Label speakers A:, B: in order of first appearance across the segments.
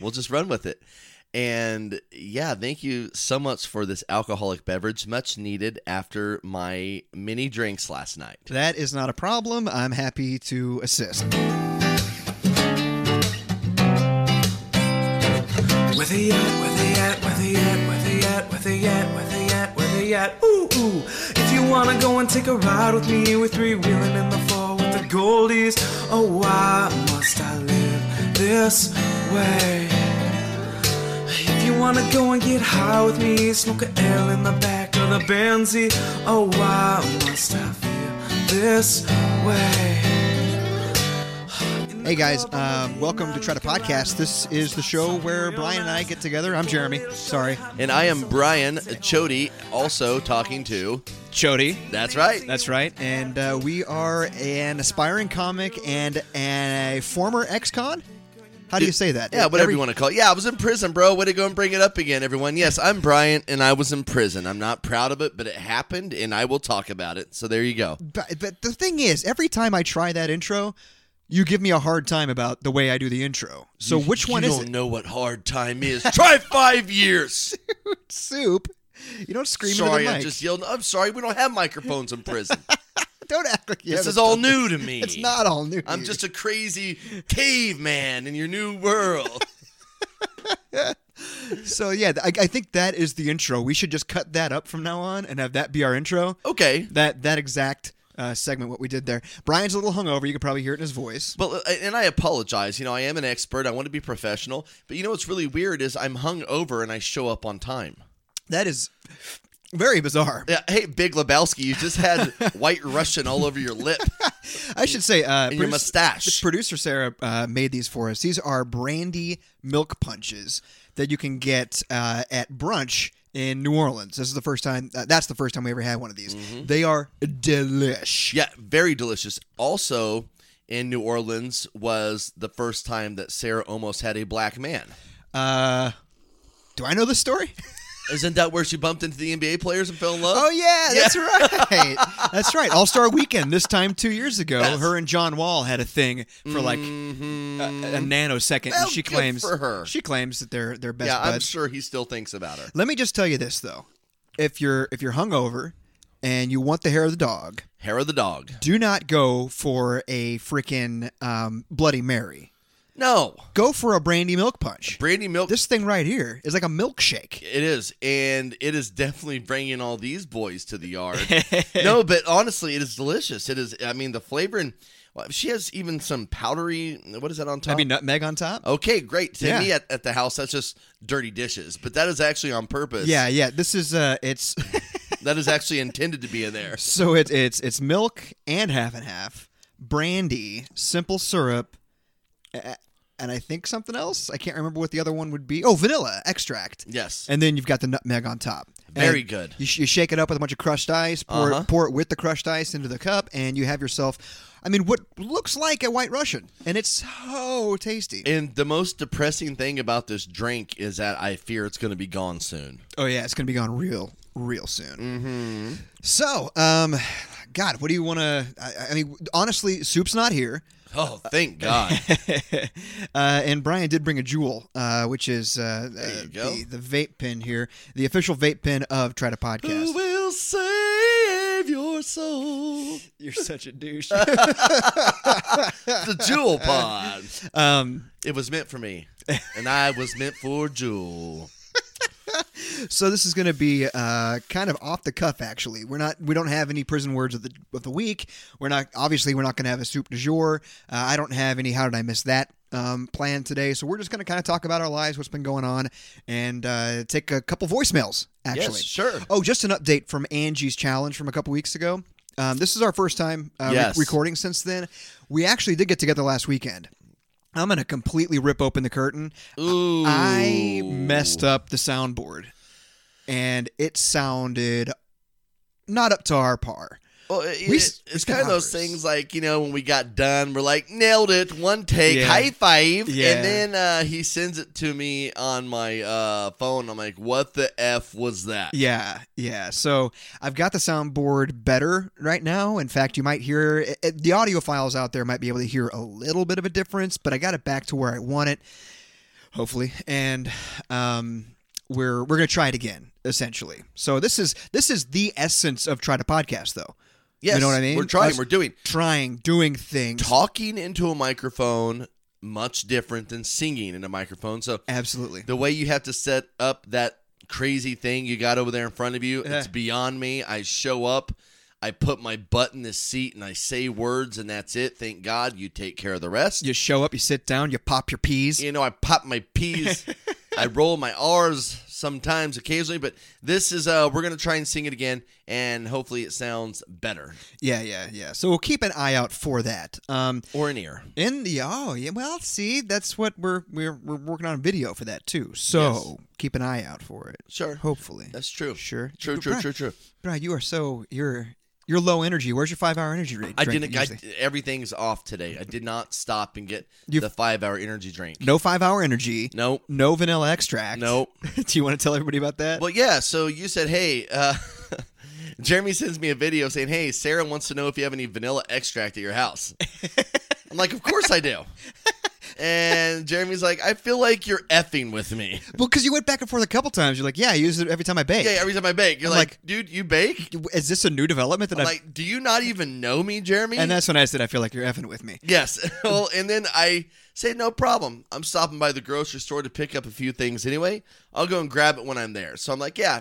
A: we'll just run with it. And yeah, thank you so much for this alcoholic beverage, much needed after my many drinks last night.
B: That is not a problem. I'm happy to assist.
C: Where they at, where they at, where they at, where they at, where they at, where they at, where they at, ooh, ooh. If you wanna go and take a ride with me, we're three wheeling in the fall with the goldies. Oh, why must I live this way? If you wanna go and get high with me, smoke a L in the back of the Benzie. Oh, why must I feel this way?
B: Hey guys, um, welcome to Try to Podcast. This is the show where Brian and I get together. I'm Jeremy. Sorry,
A: And I am Brian Chody, also talking to.
B: Chody.
A: That's right.
B: That's right. And uh, we are an aspiring comic and a former ex-con. How do you say that?
A: Yeah, whatever
B: Every-
A: you want to call it. Yeah, I was in prison, bro. Way to go and bring it up again, everyone. Yes, I'm Brian, and I was in prison. I'm not proud of it, but it happened, and I will talk about it. So there you go.
B: But, but the thing is, every time I try that intro, you give me a hard time about the way I do the intro. So which one
A: you
B: is
A: don't
B: it?
A: know what hard time is. Try five years.
B: Soup. You don't scream
A: sorry,
B: into the
A: I
B: mic.
A: just yelled. I'm sorry, we don't have microphones in prison.
B: Don't act like you
A: this
B: haven't
A: is all
B: done
A: new to me.
B: It's not all new.
A: I'm just a crazy caveman in your new world.
B: so yeah. I, I think that is the intro. We should just cut that up from now on and have that be our intro.
A: Okay.
B: That that exact uh, segment, what we did there. Brian's a little hungover. You can probably hear it in his voice.
A: But uh, and I apologize. You know, I am an expert. I want to be professional. But you know what's really weird is I'm hung over and I show up on time.
B: That is very bizarre.
A: Yeah, hey, Big Lebowski, you just had white Russian all over your lip
B: I should say, uh,
A: and your
B: produce-
A: mustache.
B: Producer Sarah uh, made these for us. These are brandy milk punches that you can get uh, at brunch in New Orleans. This is the first time. Uh, that's the first time we ever had one of these. They are delish.
A: Mm-hmm. Yeah, very delicious. Also, in New Orleans was the first time that Sarah almost had a black man.
B: Uh, do I know this story?
A: Isn't that where she bumped into the NBA players and fell in love?
B: Oh yeah, that's right. that's right. All Star Weekend this time two years ago. Her and John Wall had a thing for like a, a nanosecond.
A: Mm-hmm. Well,
B: and she
A: good
B: claims
A: for her.
B: she claims that they're they're best
A: yeah, I'm
B: buds.
A: sure he still thinks about her.
B: Let me just tell you this though: if you're if you're hungover and you want the hair of the dog,
A: Hair of the dog.
B: do not go for a freaking um, Bloody Mary.
A: No.
B: Go for a brandy milk punch.
A: Brandy Milk.
B: This thing right here is like a milkshake.
A: It is, and it is definitely bringing all these boys to the yard. no, but honestly, it is delicious. It is. I mean, the flavor and well, she has even some powdery. What is that on top?
B: I mean, nutmeg on top.
A: okay, great. To
B: Yeah.
A: me at, at the house, that's just dirty dishes, but that is actually on purpose.
B: Yeah, yeah. This is uh, it's
A: that is actually intended to be in there.
B: so it's it's it's milk and half and half, brandy, simple syrup, a- and I think something else. I can't remember what the other one would be. Oh, vanilla extract.
A: Yes,
B: and then you've got the nutmeg on top.
A: Very
B: And
A: good.
B: You, sh- you shake it up with a bunch of crushed ice, pour,
A: Uh-huh.
B: it, pour it with the crushed ice into the cup, and you have yourself, I mean, what looks like a white Russian, and it's so tasty.
A: and the most depressing thing about this drink is that I fear it's going to be gone soon.
B: oh yeah, it's gonna be gone real, real soon. Mm-hmm. So, um, God, what do you want to? I, I mean, honestly, soup's not here.
A: Oh, thank God!
B: uh, and Brian did bring a jewel, uh, which is uh, uh,
A: you go.
B: the, the vape pen here, the official vape pen of Try to Podcast.
A: Who will save your soul?
B: You're such a douche.
A: The jewel pod.
B: um,
A: It was meant for me, and I was meant for Jewel.
B: So this is going to be uh, kind of off the cuff. Actually, we're not. We don't have any prison words of the of the week. We're not. Obviously, we're not going to have a soup du jour. Uh, I don't have any. How did I miss that? Um, planned today, so we're just going to kind of talk about our lives, what's been going on, and uh, take a couple voicemails. Actually,
A: sure.
B: Oh, just an update from Angie's challenge from a couple weeks ago. Um, this is our first time uh, re-
A: Yes.
B: recording since then. We actually did get together last weekend. I'm going to completely rip open the curtain.
A: Ooh,
B: I messed up the soundboard, and it sounded not up to our par.
A: Well, oh, it-
B: We
A: it-
B: s- we
A: it's
B: spent
A: kind of those
B: hours.
A: things like you know when we got done, we're like nailed it, one take,
B: Yeah.
A: high five,
B: Yeah.
A: and then uh, he sends it to me on my uh, phone. I'm like, what the f was that?
B: Yeah, yeah. So I've got the soundboard better right now. In fact, you might hear eh, it, it- the audio files out there might be able to hear a little bit of a difference, but I got it back to where I want it. hopefully, and um, we're we're gonna try it again essentially. So this is this is the essence of try to podcast though.
A: Yes,
B: you know what I mean.
A: We're trying.
B: Us
A: We're doing
B: trying, doing things.
A: talking into a microphone much different than singing in a microphone. So
B: Absolutely.
A: the way you have to set up that crazy thing you got over there in front of you, it's
B: Yeah.
A: beyond me. I show up, I put my butt in the seat, and I say words, and that's it. Thank God you take care of the rest.
B: You show up, you sit down, you pop your peas.
A: You know, I pop my P's, I roll my R's sometimes, occasionally, but this is uh, we're gonna try and sing it again, and hopefully it sounds better
B: Yeah, yeah, yeah. So we'll keep an eye out for that. Um,
A: or an ear.
B: in the oh yeah, well, see, that's what we're we're we're working on video for that too. So keep an eye out for it.
A: Sure.
B: Hopefully.
A: That's true.
B: Sure.
A: True,
B: But
A: true,
B: Brian-
A: true, true.
B: Brian, you are so you're you're low energy. Where's your five hour energy rate?
A: I didn't. I, everything's off today. I did not stop and get
B: You-
A: the five-hour energy drink.
B: no five hour energy.
A: Nope.
B: No vanilla extract.
A: Nope.
B: Do you want to tell everybody about that?
A: Well, yeah. So you said, hey, uh, Jeremy sends me a video saying, hey, Sarah wants to know if you have any vanilla extract at your house. I'm like, of course I do. And Jeremy's like, I feel like you're effing with me.
B: Well, because you went back and forth a couple times. You're like, yeah, I use it every time I bake.
A: Yeah, every time I bake, you're
B: I'm
A: like,
B: like-
A: dude, you bake?
B: Is this a new development that
A: I'm
B: I've-
A: like, "Eh." do you not even know me, Jeremy?
B: And that's when I said, I feel like you're effing with me.
A: Yes. well, and then I say, no problem. I'm stopping by the grocery store to pick up a few things anyway. I'll go and grab it when I'm there. So I'm like, yeah,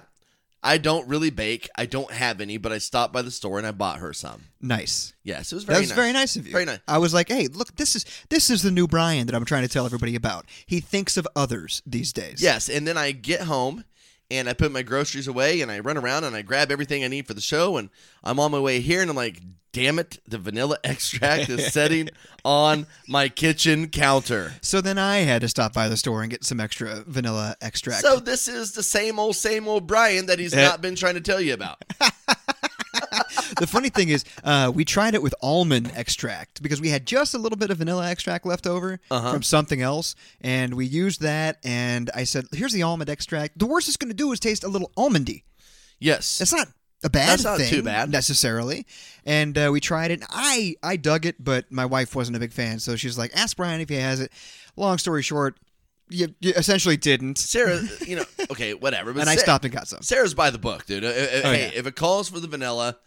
A: I don't really bake. I don't have any, but I stopped by the store and I bought her some.
B: Nice.
A: Yes, it was very
B: That was
A: nice.
B: very nice of you.
A: Very nice.
B: I was like, hey, look, this is this is the new Brian that I'm trying to tell everybody about. He thinks of others these days.
A: Yes, and then I get home and I put my groceries away and I run around and I grab everything I need for the show and I'm on my way here and I'm like, damn it, the vanilla extract is setting on my kitchen counter.
B: So then I had to stop by the store and get some extra vanilla extract.
A: So this is the same old, same old Brian that he's
B: Eh.
A: not been trying to tell you about.
B: the funny thing is, uh, we tried it with almond extract because we had just a little bit of vanilla extract left over
A: Uh-huh.
B: from something else, and we used that. And I said, "Here's the almond extract. The worst it's going to do is taste a little almondy.
A: Yes.
B: That's not a bad
A: That's not
B: thing,
A: too bad.
B: necessarily." And uh, we tried it. And I I dug it, but my wife wasn't a big fan, so she's like, "Ask Brian if he has it." Long story short, you, you essentially didn't,
A: Sarah, you know, okay, whatever. But
B: and I
A: Sa-
B: stopped and got some.
A: Sarah's by the book, dude. Uh, uh, uh,
B: Oh,
A: hey,
B: yeah.
A: if it calls for the vanilla,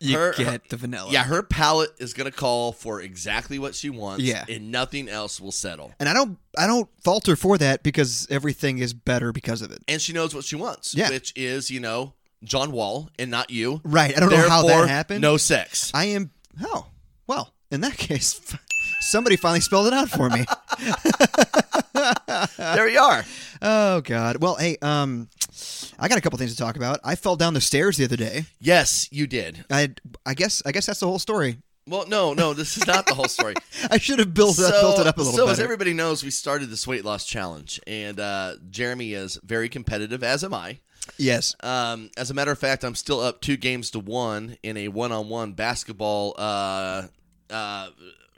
B: You
A: her-
B: get
A: her-
B: the vanilla.
A: yeah, her palate is going to call for exactly what she wants.
B: Yeah.
A: And nothing else will settle.
B: And I don't, I don't falter for that because everything is better because of it.
A: And she knows what she wants,
B: Yeah.
A: which is, you know, John Wall and not you.
B: Right. I don't know how
A: Therefore,
B: that happened.
A: No sex.
B: I am. Oh, well, in that case, somebody finally spelled it out for me.
A: there you are.
B: oh God. Well, hey, um, I got a couple things to talk about. I fell down the stairs the other day.
A: Yes, you did.
B: I, I guess, I guess that's the whole story.
A: Well, no, no, this is not the whole story.
B: I should have built up, built it up a little
A: so
B: better.
A: as everybody knows, we started this weight loss challenge, and uh, Jeremy is very competitive, as am I.
B: yes.
A: Um, as a matter of fact, I'm still up two games to one in a one-on-one basketball. Uh, uh,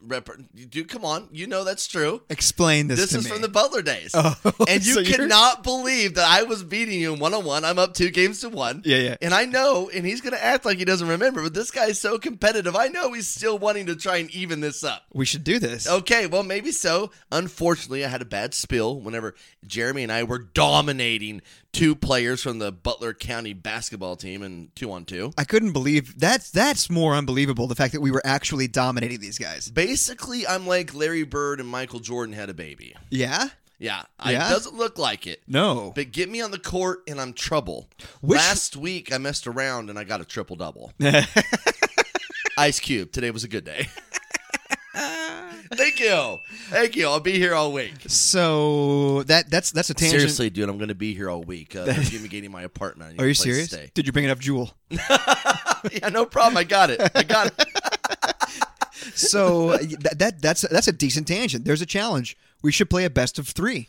A: rep- dude, come on, you know that's true.
B: Explain this.
A: This
B: to
A: is
B: me.
A: from the Butler days,
B: Oh,
A: and you
B: so you're-
A: cannot believe that I was beating you in one-on-one. I'm up two games to one.
B: Yeah, yeah.
A: And I know, and he's gonna act like he doesn't remember, but this guy's so competitive. I know he's still wanting to try and even this up.
B: We should do this.
A: Okay, well, maybe so. Unfortunately, I had a bad spill whenever Jeremy and I were dominating two players from the Butler County basketball team in two on two.
B: I couldn't believe that's that's more unbelievable. The fact that we were actually dominating these guys.
A: Basically, I'm like Larry Bird and Michael Jordan had a baby.
B: Yeah.
A: Yeah, I-
B: Yeah?
A: it doesn't look like it.
B: No.
A: But get me on the court and I'm trouble.
B: Which-
A: Last week, I messed around and I got a triple double. Ice Cube, today was a good day. Thank you. Thank you. I'll be here all week.
B: So that that's that's a tangent.
A: Seriously, dude, I'm going to be here all week. Uh, they're fumigating my apartment. I need
B: Are
A: a
B: you
A: place to
B: serious?
A: stay.
B: Did you bring it up, Jewel?
A: yeah, no problem. I got it. I got it.
B: So uh, that, that that's that's a decent tangent. There's a challenge. We should play a best of three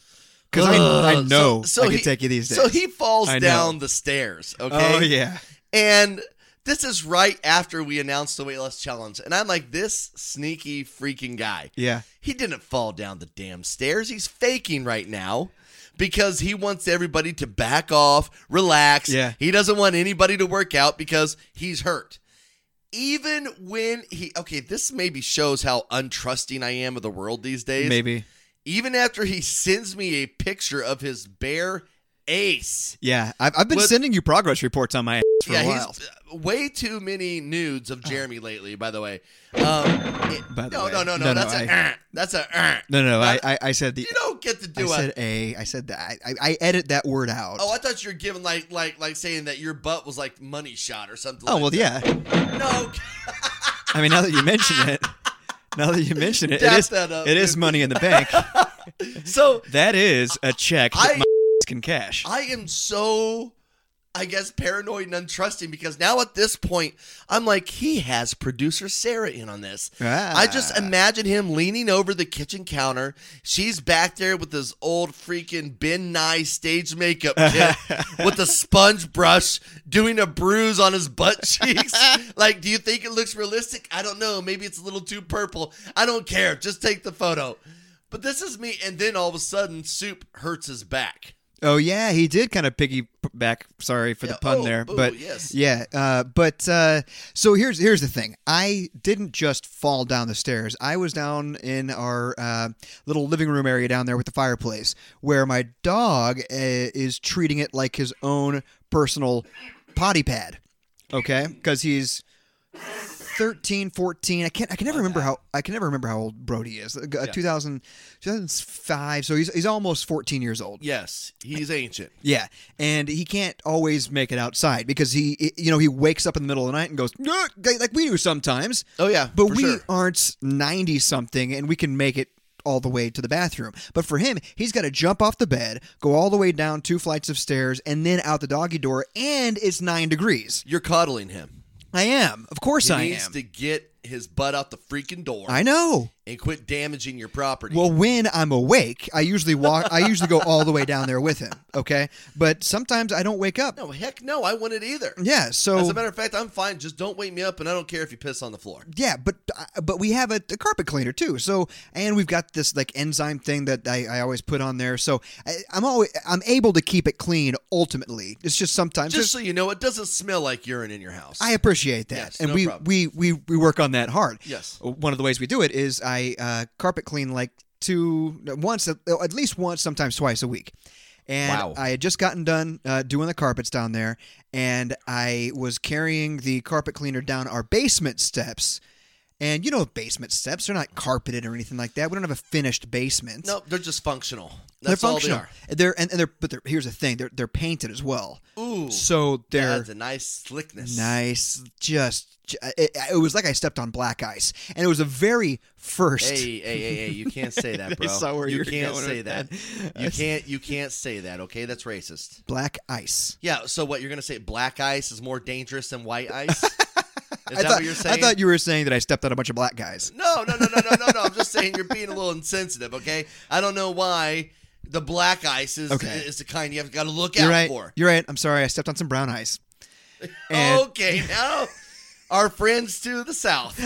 B: because
A: Ugh.
B: I, I know I can
A: he-
B: take you these days.
A: So he falls
B: I know.
A: down the stairs. Okay.
B: Oh yeah,
A: And this is right after we announced the weight loss challenge, and I'm like, this sneaky freaking guy.
B: yeah.
A: He didn't fall down the damn stairs. He's faking right now because he wants everybody to back off, relax.
B: Yeah.
A: He doesn't want anybody to work out because he's hurt. Even when he okay, this maybe shows how untrusting I am of the world these days.
B: Maybe
A: even after he sends me a picture of his bare ace.
B: Yeah, I've, I've been
A: What-
B: sending you progress reports on my ass for
A: yeah,
B: a while. Uh.
A: he's uh, way too many nudes of Jeremy lately. By the way, um, it-
B: By the
A: no,
B: way.
A: no, no, no,
B: No, no,
A: That's a
B: I-
A: uh, that's a uh.
B: No, no, I, I, I said the.
A: You don't get to
B: I
A: do
B: said
A: it.
B: a. I said that. I, I, I edit that word out.
A: Oh, I thought you were giving like like like saying that your butt was like money shot or something.
B: Oh,
A: like
B: well, yeah.
A: that. no.
B: I mean, now that you mention it, now that you mention it, it
A: Dap
B: is
A: that up,
B: it is
A: dude.
B: money in the bank.
A: So
B: that is a check that
A: I-
B: my can cash.
A: I am so, I guess, paranoid and untrusting because now at this point, I'm like, he has producer Sarah in on this.
B: Ah.
A: I just imagine him leaning over the kitchen counter. She's back there with this old freaking Ben Nye stage makeup kit with a sponge brush doing a bruise on his butt cheeks. like, do you think it looks realistic? I don't know. Maybe it's a little too purple. I don't care. Just take the photo. But this is me. And then all of a sudden, Soup hurts his back.
B: Oh yeah, he did kind of piggyback. Sorry for
A: Yeah,
B: the pun
A: oh,
B: there,
A: oh,
B: but
A: yes.
B: yeah. Uh, but uh, so here's here's the thing. I didn't just fall down the stairs. I was down in our uh, little living room area down there with the fireplace, where my dog uh, is treating it like his own personal potty pad. Okay, because he's. 13 14 i can't i can never remember how i can never remember how old brody is Uh, 2000 2005 so he's, he's almost 14 years old
A: Yes, he's ancient.
B: yeah, and he can't always make it outside because he, you know, he wakes up in the middle of the night and goes "Ugh," like we do sometimes.
A: Oh, yeah,
B: but
A: for
B: we
A: sure.
B: aren't ninety something, and we can make it all the way to the bathroom. But for him, he's got to jump off the bed, go all the way down two flights of stairs, and then out the doggy door, and it's nine degrees.
A: You're coddling him.
B: I am, of course,
A: He
B: I
A: needs
B: am.
A: to get his butt out the freaking door
B: I know.
A: and quit damaging your property.
B: Well, when I'm awake, I usually walk. I usually go all the way down there with him. Okay, but sometimes I don't wake up.
A: no, heck no, I wouldn't either.
B: Yeah, so
A: As a matter of fact, I'm fine. Just don't wake me up, and I don't care if you piss on the floor.
B: Yeah, but uh, but we have a, a carpet cleaner too. So and we've got this like enzyme thing that I, I always put on there. So I, I'm always I'm able to keep it clean. Ultimately, it's just sometimes
A: Just so you know, it doesn't smell like urine in your house.
B: I appreciate that,
A: Yes,
B: and
A: no
B: we,
A: problem.
B: we we we work on that hard.
A: Yes.
B: One of the ways we do it is I uh, carpet clean like two once at at least once, sometimes twice a week. And
A: Wow.
B: I had just gotten done uh, doing the carpets down there, and I was carrying the carpet cleaner down our basement steps. And you know, basement steps they are not carpeted or anything like that. We don't have a finished basement.
A: no, they're just functional. That's
B: they're functional.
A: all
B: They're and, and they're but they're, here's the thing: they're they're painted as well.
A: they are. Ooh,
B: So they're
A: that's a nice slickness.
B: Nice. Just, ju- it, uh, it was like I stepped on black ice. And it was the very first.
A: Hey, hey, hey, hey! You can't say that, bro.
B: saw where you
A: you
B: were
A: can't
B: going
A: say
B: with
A: that.
B: that.
A: You can't. You can't say that. Okay, that's racist.
B: Black ice.
A: Yeah. So what you're gonna say? Black ice is more dangerous than white ice? Is
B: I
A: that
B: thought,
A: what you're saying?
B: I thought you were saying that I stepped on a bunch of black guys.
A: No, no, no, no, no, no, no. I'm just saying you're being a little insensitive, okay? I don't know why the black ice is,
B: Okay.
A: is the kind you have got to look
B: You're
A: out
B: right.
A: for.
B: You're right. I'm sorry. I stepped on some brown ice. And
A: okay, now our friends to the south.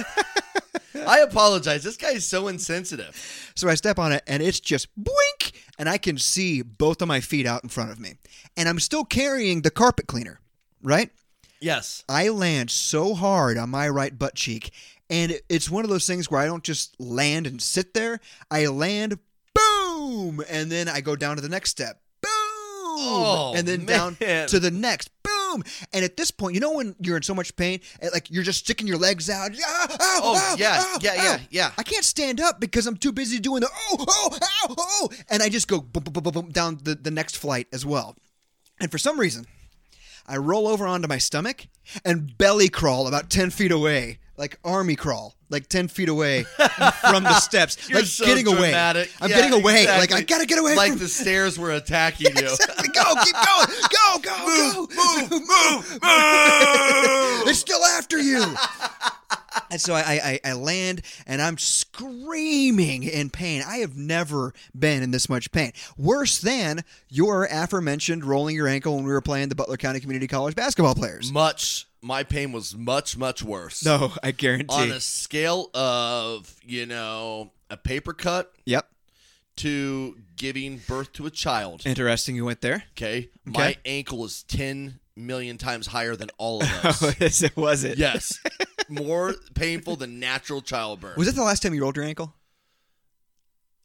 A: I apologize. This guy is so insensitive.
B: so I step on it, and it's just boink, and I can see both of my feet out in front of me. And I'm still carrying the carpet cleaner, right?
A: Yes.
B: I land so hard on my right butt cheek, and it- it's one of those things where I don't just land and sit there. I land, boom, and then I go down to the next step, boom,
A: Oh,
B: and then down
A: man.
B: to the next, boom. And at this point, you know when you're in so much pain, and, like you're just sticking your legs out. Ah, ow,
A: Oh,
B: ow,
A: yeah,
B: ow,
A: yeah, yeah,
B: ow.
A: yeah.
B: oh. I can't stand up because I'm too busy doing the oh, oh, ow, oh, and I just go boom, boom, boom, boom, boom, down the, the next flight as well. And for some reason, I roll over onto my stomach and belly crawl about 10 feet away, like army crawl, like 10 feet away from the steps.
A: You're
B: like
A: so
B: getting
A: dramatic.
B: away. I'm
A: Yeah,
B: getting away. Like,
A: exactly.
B: I gotta get away.
A: Like
B: from-
A: the stairs were attacking you.
B: Exactly. Go, keep going. Go, go, go. Move, move, move. They're still after you. And so I, I, I land and I'm screaming in pain. I have never been in this much pain. Worse than your aforementioned rolling your ankle when we were playing the Butler County Community College basketball players.
A: Much. My pain was much, much worse.
B: No, I guarantee.
A: On a scale of, you know, a paper cut
B: Yep.
A: to giving birth to a child.
B: Interesting you went there.
A: Okay. My
B: Okay.
A: ankle is 10 million times higher than all of us.
B: yes, it was it.
A: yes. More painful than natural childbirth.
B: Was that the last time you rolled your ankle?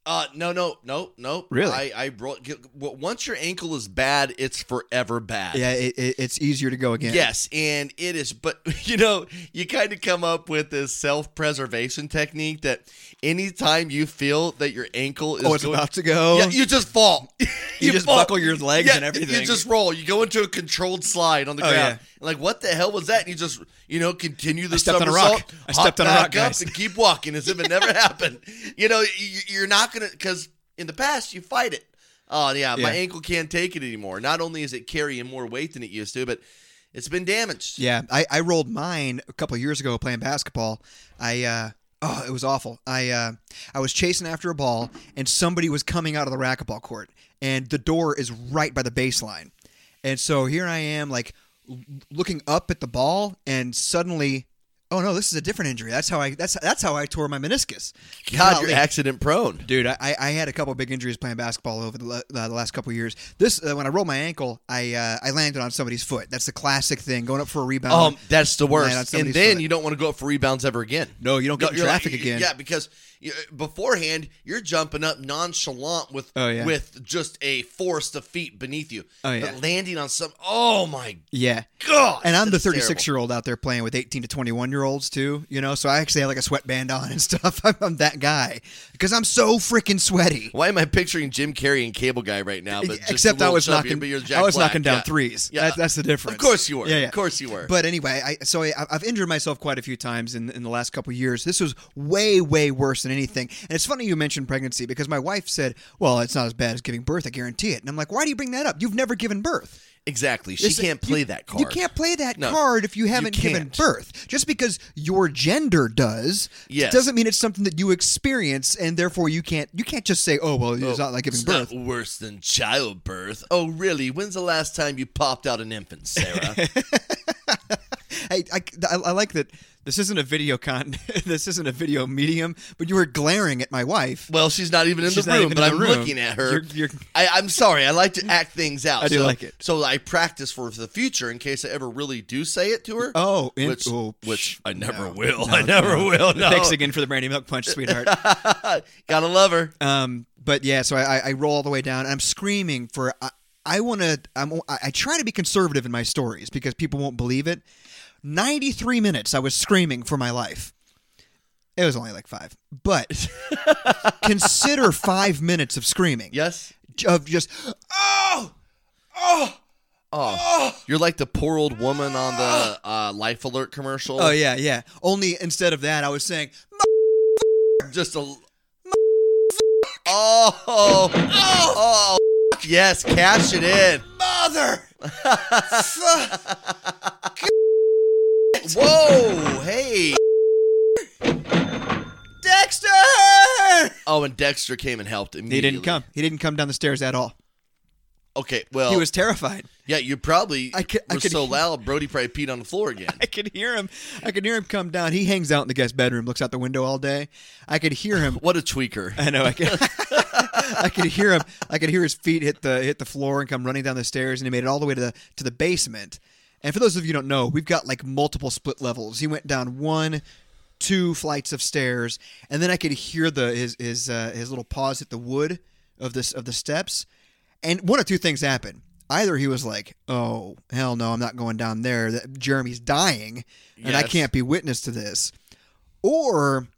A: Uh, no, no, no, no.
B: Really?
A: I, I brought. g- w- Once your ankle is bad, it's forever bad.
B: Yeah, it, it, it's easier to go again.
A: Yes, and it is. But you know, you kind of come up with this self-preservation technique that anytime you feel that your ankle is
B: Oh, it's
A: going-
B: about to go.
A: yeah, you just fall. you,
B: You just buckle your legs
A: Yeah,
B: and everything.
A: You just roll. You go into a controlled slide on the
B: Oh,
A: ground.
B: yeah.
A: And like, what the hell was that? And you just, you know, continue the
B: stepped on a
A: somersault,
B: rock. I
A: hop
B: stepped on a
A: back
B: rock,
A: up
B: guys.
A: and keep walking as if it never happened. You know, you, you're not gonna because in the past you fight it. Oh yeah, my
B: Yeah.
A: ankle can't take it anymore. Not only is it carrying more weight than it used to, but it's been damaged.
B: Yeah, I, I rolled mine a couple of years ago playing basketball. I uh, oh, it was awful. I uh, I was chasing after a ball, and somebody was coming out of the racquetball court, and the door is right by the baseline, and so here I am, like l- looking up at the ball, and suddenly, oh no, this is a different injury. That's how I that's that's how I tore my meniscus.
A: God, you're
B: Golly.
A: accident prone.
B: Dude, I- I, I had a couple big injuries playing basketball over the, la- uh, the last couple years. This uh, when I rolled my ankle, I uh, I landed on somebody's foot. That's the classic thing, going up for a rebound.
A: Um, that's the
B: on
A: worst. And
B: somebody's
A: then
B: foot.
A: you don't want to go up for rebounds ever again.
B: No, you don't get in
A: you're
B: traffic again.
A: Yeah, because you- beforehand you're jumping up nonchalant with
B: Oh, yeah.
A: with just a force of feet beneath you.
B: Oh, yeah.
A: But landing on some. Oh my
B: yeah.
A: god!
B: And I'm the
A: that's terrible.
B: 36 year old out there playing with 18 to 21 year olds too, you know. So I actually have like a sweatband on and stuff. I'm, I'm that guy because I'm so freaking sweaty.
A: Why am I picturing Jim Carrey and Cable Guy right now? But just a
B: Except I
A: little
B: was
A: chubbier,
B: knocking,
A: but you're Jack
B: I was
A: Black.
B: knocking down
A: Yeah.
B: threes.
A: Yeah.
B: That- that's the difference.
A: Of course you were.
B: Yeah, yeah.
A: Of course you were.
B: But anyway, I, so I, I've injured myself quite a few times in, in the last couple of years. This was way, way worse than anything. And it's funny you mentioned pregnancy because my wife said, "Well, it's not as bad as giving birth. I guarantee it." And I'm like, "Why do you bring that up? You've never given birth.
A: exactly, she
B: It's-
A: can't
B: you-
A: play that card.
B: You can't play that
A: No,
B: card if you haven't given
A: can't.
B: birth. Just because your gender does,
A: Yes.
B: doesn't mean it's something that you experience, and therefore you can't. You can't just say, "Oh, well, it's not like giving
A: It's
B: birth."
A: not worse than childbirth. Oh, really? When's the last time you popped out an infant, Sarah?
B: I, I, I, I like that. This isn't a video con. this isn't a video medium. But you were glaring at my wife.
A: Well, she's not even in
B: She's
A: the
B: not
A: room,
B: even
A: but
B: in
A: I'm
B: the room.
A: looking at her.
B: You're- you're-
A: I, I'm sorry. I like to act things out.
B: I do
A: so,
B: like it.
A: So I practice for the future in case I ever really do say it to her.
B: Oh, in-
A: which,
B: oh,
A: which
B: psh,
A: I never
B: no,
A: will.
B: no,
A: I never
B: no.
A: will. No.
B: Thanks again for the brandy milk punch, sweetheart.
A: Gotta love her.
B: um, but yeah, so I, I- I roll all the way down. And I'm screaming for. I, I want to. I'm. I I try to be conservative in my stories because people won't believe it. Ninety three minutes. I was screaming for my life. It was only like five, but consider five minutes of screaming.
A: Yes.
B: Of just oh,
A: Oh, You're like the poor old woman on the uh, Life Alert commercial.
B: Oh yeah, yeah. Only instead of that, I was saying,
A: Just a. Oh, oh, oh, f- yes, cash it in.
B: "Mother,
A: Whoa, hey.
B: Dexter!"
A: Oh, and Dexter came and helped immediately.
B: He didn't come. Oh. He didn't come down the stairs at all.
A: Okay, well,
B: He was terrified.
A: yeah, you probably
B: I could- I
A: were
B: could
A: so
B: hear-
A: loud, Brody probably peed on the floor again.
B: I could hear him. I could hear him come down. He hangs out in the guest bedroom, looks out the window all day. I could hear him.
A: What a tweaker!
B: I know. I could. I could hear him. I could hear his feet hit the hit the floor and come running down the stairs, and he made it all the way to the to the basement. And for those of you who don't know, we've got like multiple split levels. He went down one, two flights of stairs, and then I could hear the his his uh, his little paws hit the wood of this of the steps. And one of two things happened. Either he was like, "Oh hell no, I'm not going down there. That Jeremy's dying, and I
A: Yes.
B: can't be witness to this," or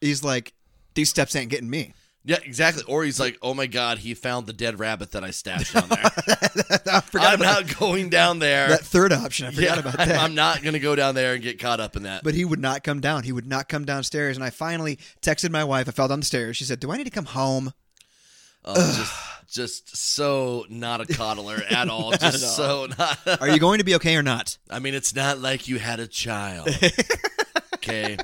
B: he's like, "These steps ain't getting me."
A: Yeah, exactly. Or he's like, "Oh my God, he found the dead rabbit that I stashed down there.
B: I forgot
A: I'm
B: about
A: not going down there.
B: that third option. I
A: yeah,
B: forgot about
A: I'm-
B: that.
A: I'm not going to go down there and get caught up in that."
B: but he would not come down. He would not come downstairs. And I finally texted my wife. I fell down the stairs. She said, "Do I need to come home?"
A: Oh, just, just so not a coddler at all. Just so not.
B: Are you going to be okay or not?
A: I mean, it's not like you had a child. okay,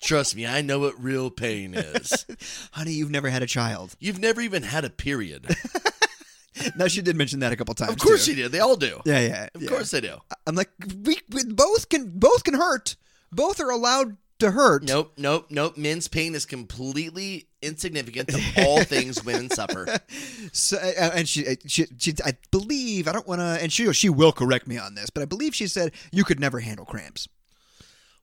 A: trust me, I know what real pain is.
B: Honey, you've never had a child.
A: You've never even had a period.
B: Now she did mention that a couple times.
A: Of course
B: too.
A: she did. They all do.
B: Yeah, yeah.
A: Of course they do.
B: I'm like, we, we both can both can hurt. Both are allowed to hurt.
A: Nope, nope, nope. Men's pain is completely insignificant to all things women suffer.
B: So, uh, and she, uh, she, she, I believe I don't want to. And she, she will correct me on this, but I believe she said you could never handle cramps.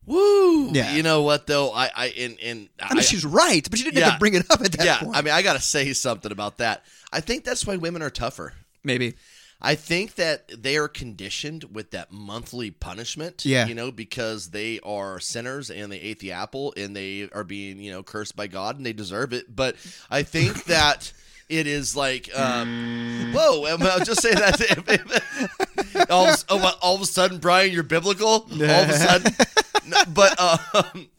A: Woo!
B: Yeah.
A: You know what though? I I and and
B: I mean, she's right, but you didn't have
A: Yeah.
B: to bring it up at that
A: yeah.
B: point.
A: I mean, I gotta say something about that. I think that's why women are tougher.
B: maybe.
A: I think that they are conditioned with that monthly punishment.
B: Yeah.
A: You know, because they are sinners and they ate the apple and they are being, you know, cursed by God and they deserve it. But I think that it is like, um,
B: Mm.
A: whoa, am I just saying that. all, of, oh, what, all of a sudden, Brian, you're biblical. All of a sudden. No, but, um,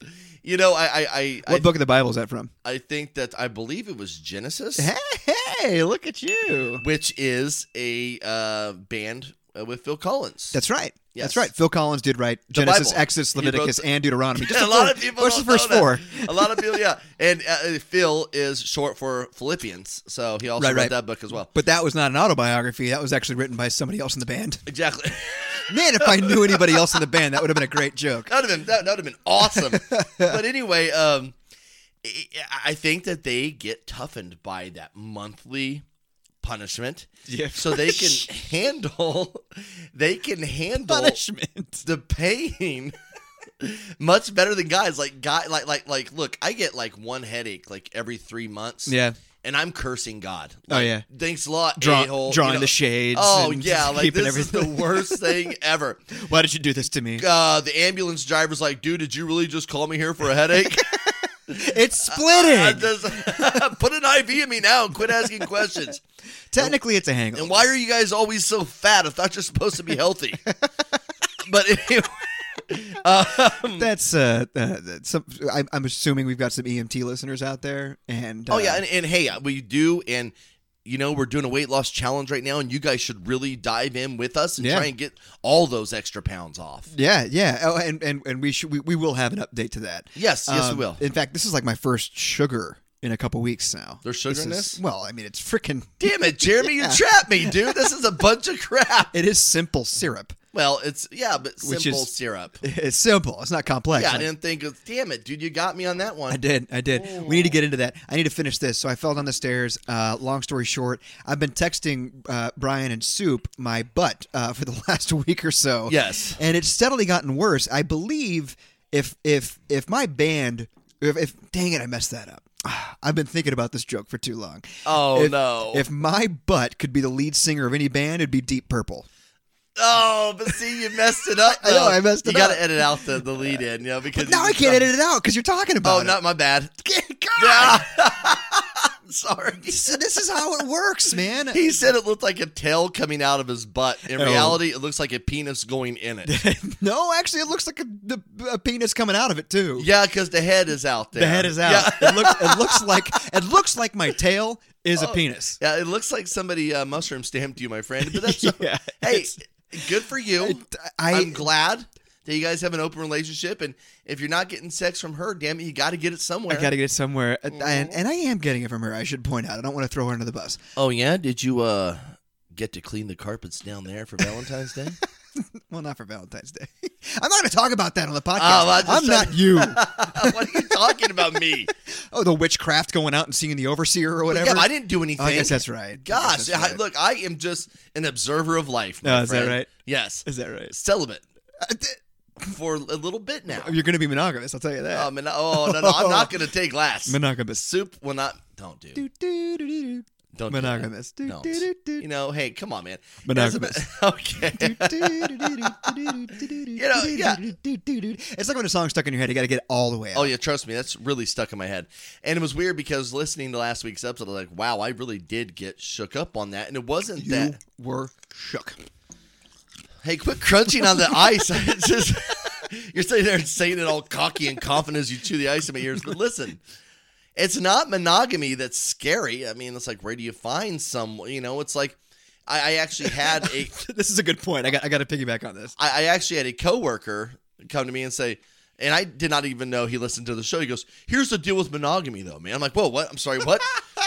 A: you know, I, I, I,
B: What
A: I,
B: book of the Bible is that from?
A: I think that I believe it was Genesis
B: Hey, hey, look at you.
A: which is a uh, band uh, with Phil Collins.
B: That's right.
A: Yes.
B: That's right. Phil Collins did write Genesis,
A: Bible.
B: Exodus,
A: He wrote
B: Leviticus,
A: the-
B: and Deuteronomy. Just
A: a
B: the
A: lot
B: first-
A: of people.
B: What's the
A: don't
B: first
A: know
B: four?
A: that. A lot of people, yeah. And uh, uh, Phil is short for Philippians, so he also
B: Right,
A: read
B: right.
A: that book as well.
B: But that was not an autobiography. That was actually written by somebody else in the band.
A: Exactly.
B: Man, if I knew anybody else in the band, that would have been a great joke.
A: that would have been that would have been awesome. but anyway, um, I- I think that they get toughened by that monthly punishment.
B: Yeah,
A: So they can handle. They can handle
B: Punishment.
A: the pain much better than guys like guy like like like look i get like one headache like every three months
B: Yeah.
A: and i'm cursing god
B: Oh,
A: Like,
B: yeah.
A: thanks a lot
B: Draw-
A: a-hole,
B: drawing
A: you know.
B: the shades
A: oh
B: and
A: yeah like
B: keeping
A: this is
B: everything-
A: the worst thing ever
B: Why did you do this to me?
A: uh the ambulance driver's like dude did you really just call me here for a headache
B: It's
A: I
B: splitting.
A: just- put an iv in me now and quit asking questions
B: Technically, it's a hangover.
A: And why are you guys always so fat? I thought you're supposed to be healthy. but anyway, um,
B: That's uh, uh some, I, I'm assuming we've got some EMT listeners out there, and uh,
A: Oh yeah, and, and hey, we do, and you know we're doing a weight loss challenge right now, and you guys should really dive in with us and
B: Yeah.
A: try and get all those extra pounds off.
B: yeah, yeah. Oh, and and and we should we, we will have an update to that.
A: Yes, yes,
B: Um,
A: we will.
B: In fact, this is like my first sugar in a couple weeks now.
A: There's sugar in
B: is-
A: this?
B: Well, I mean, it's freaking.
A: Damn it, Jeremy, you trapped me, dude. This is a bunch of crap.
B: It is simple syrup.
A: Well, it's yeah, but
B: Which
A: simple
B: is-
A: syrup.
B: It's simple. It's not complex.
A: Yeah, I
B: Like,
A: didn't think. Of, damn it, dude, you got me on that one.
B: I did. I did. We need to get into that. I need to finish this. So I fell down the stairs. Uh, long story short, I've been texting uh, Brian and Soup my butt uh, for the last week or so.
A: Yes.
B: and it's steadily gotten worse. I believe if if if my band if, if dang it, I messed that up. I've been thinking about this joke for too long.
A: Oh,
B: If-
A: no.
B: If my butt could be the lead singer of any band, it'd be Deep Purple.
A: Oh, but see, you messed it up.
B: I know,
A: though.
B: I messed it
A: You got
B: up.
A: to edit out the, the lead in, you know, because
B: But now I can't edit it out because you're talking about
A: Oh,
B: it.
A: not my bad.
B: God.
A: Sorry.
B: So this is how it works, man.
A: He said it looked like a tail coming out of his butt. In
B: Oh.
A: reality, it looks like a penis going in it.
B: no, actually, it looks like a, the, a penis coming out of it too.
A: yeah, because the head is out there.
B: The head is out.
A: Yeah,
B: It looks. It looks like. It looks like my tail is a penis.
A: yeah it looks like somebody uh, mushroom stamped you, my friend. But that's
B: Yeah,
A: hey, good for you.
B: I-
A: I, am glad that you guys have an open relationship. And if you're not getting sex from her, damn it, you got to get it somewhere.
B: I gotta get it somewhere, and, and I am getting it from her. I should point out. I don't want to throw her under the bus.
A: oh yeah, did you uh get to clean the carpets down there for Valentine's Day?
B: Well, not for Valentine's Day. I'm not gonna talk about that on the podcast.
A: Oh, well, I just
B: I'm
A: said-
B: not you.
A: what are you talking about me?
B: Oh, the witchcraft going out and seeing the overseer or whatever.
A: Yeah, I didn't do anything.
B: Oh, I guess that's right. I guess
A: Gosh,
B: that's
A: I-
B: right.
A: look, I am just an observer of life.
B: Oh,
A: my
B: is that
A: friend.
B: right?
A: Yes,
B: Is that right?
A: celibate for a little bit now.
B: You're gonna be monogamous. I'll tell you that.
A: Um, and, oh no, no, I'm not going to take last.
B: monogamous.
A: Soup will not. Don't do.
B: Do, do, do, do, do.
A: Don't do that.
B: Monogamous. Do,
A: Don't.
B: do, do, do.
A: You know, hey, come on, man.
B: Monogamous.
A: As a- okay.
B: you
A: know, yeah.
B: It's like when a song's stuck in your head, you got to get it all the way out.
A: Oh yeah, trust me, that's really stuck in my head. And it was weird because listening to last week's episode, I was like, wow, I really did get shook up on that. And it wasn't that.
B: were shook.
A: Hey, quit crunching on the ice. It's just you're sitting there and saying it all cocky and confident as you chew the ice in my ears. But listen, it's not monogamy that's scary. I mean, it's like where do you find some? You know, it's like I, I actually had a
B: This is a good point. I got I got to piggyback on this.
A: I, I actually had a coworker come to me and say, and I did not even know he listened to the show. He goes, "Here's the deal with monogamy, though, man." I'm like, "Whoa, what? I'm sorry, what?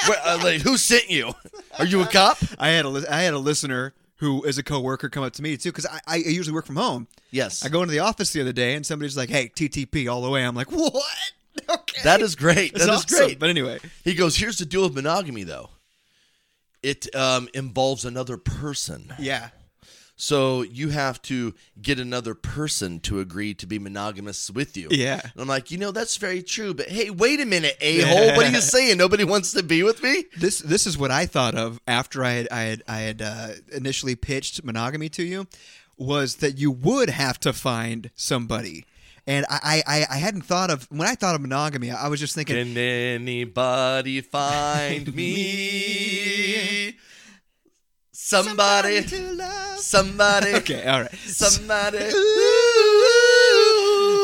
A: Where, uh, like, who sent you? Are you a cop?"
B: I had a lis- I had a listener who is a coworker come up to me too because I, I usually work from home.
A: Yes,
B: I go into the office the other day and somebody's like, "Hey, TTP all the way." I'm like, "What?" Okay,
A: that is great. That
B: That's
A: is
B: awesome.
A: great.
B: But anyway,
A: He goes, "Here's the deal with monogamy, though. It um, involves another person.
B: yeah,
A: So you have to get another person to agree to be monogamous with you.
B: Yeah.
A: And I'm like, you know, that's very true, but hey, wait a minute, a hole. What are you saying? Nobody wants to be with me?
B: This this is what I thought of after I had I had I had uh, initially pitched monogamy to you, was that you would have to find somebody, and I I, I hadn't thought of when I thought of monogamy, I was just thinking
A: Can anybody find me? Somebody,
B: to love.
A: somebody,
B: Okay, all right.
A: somebody.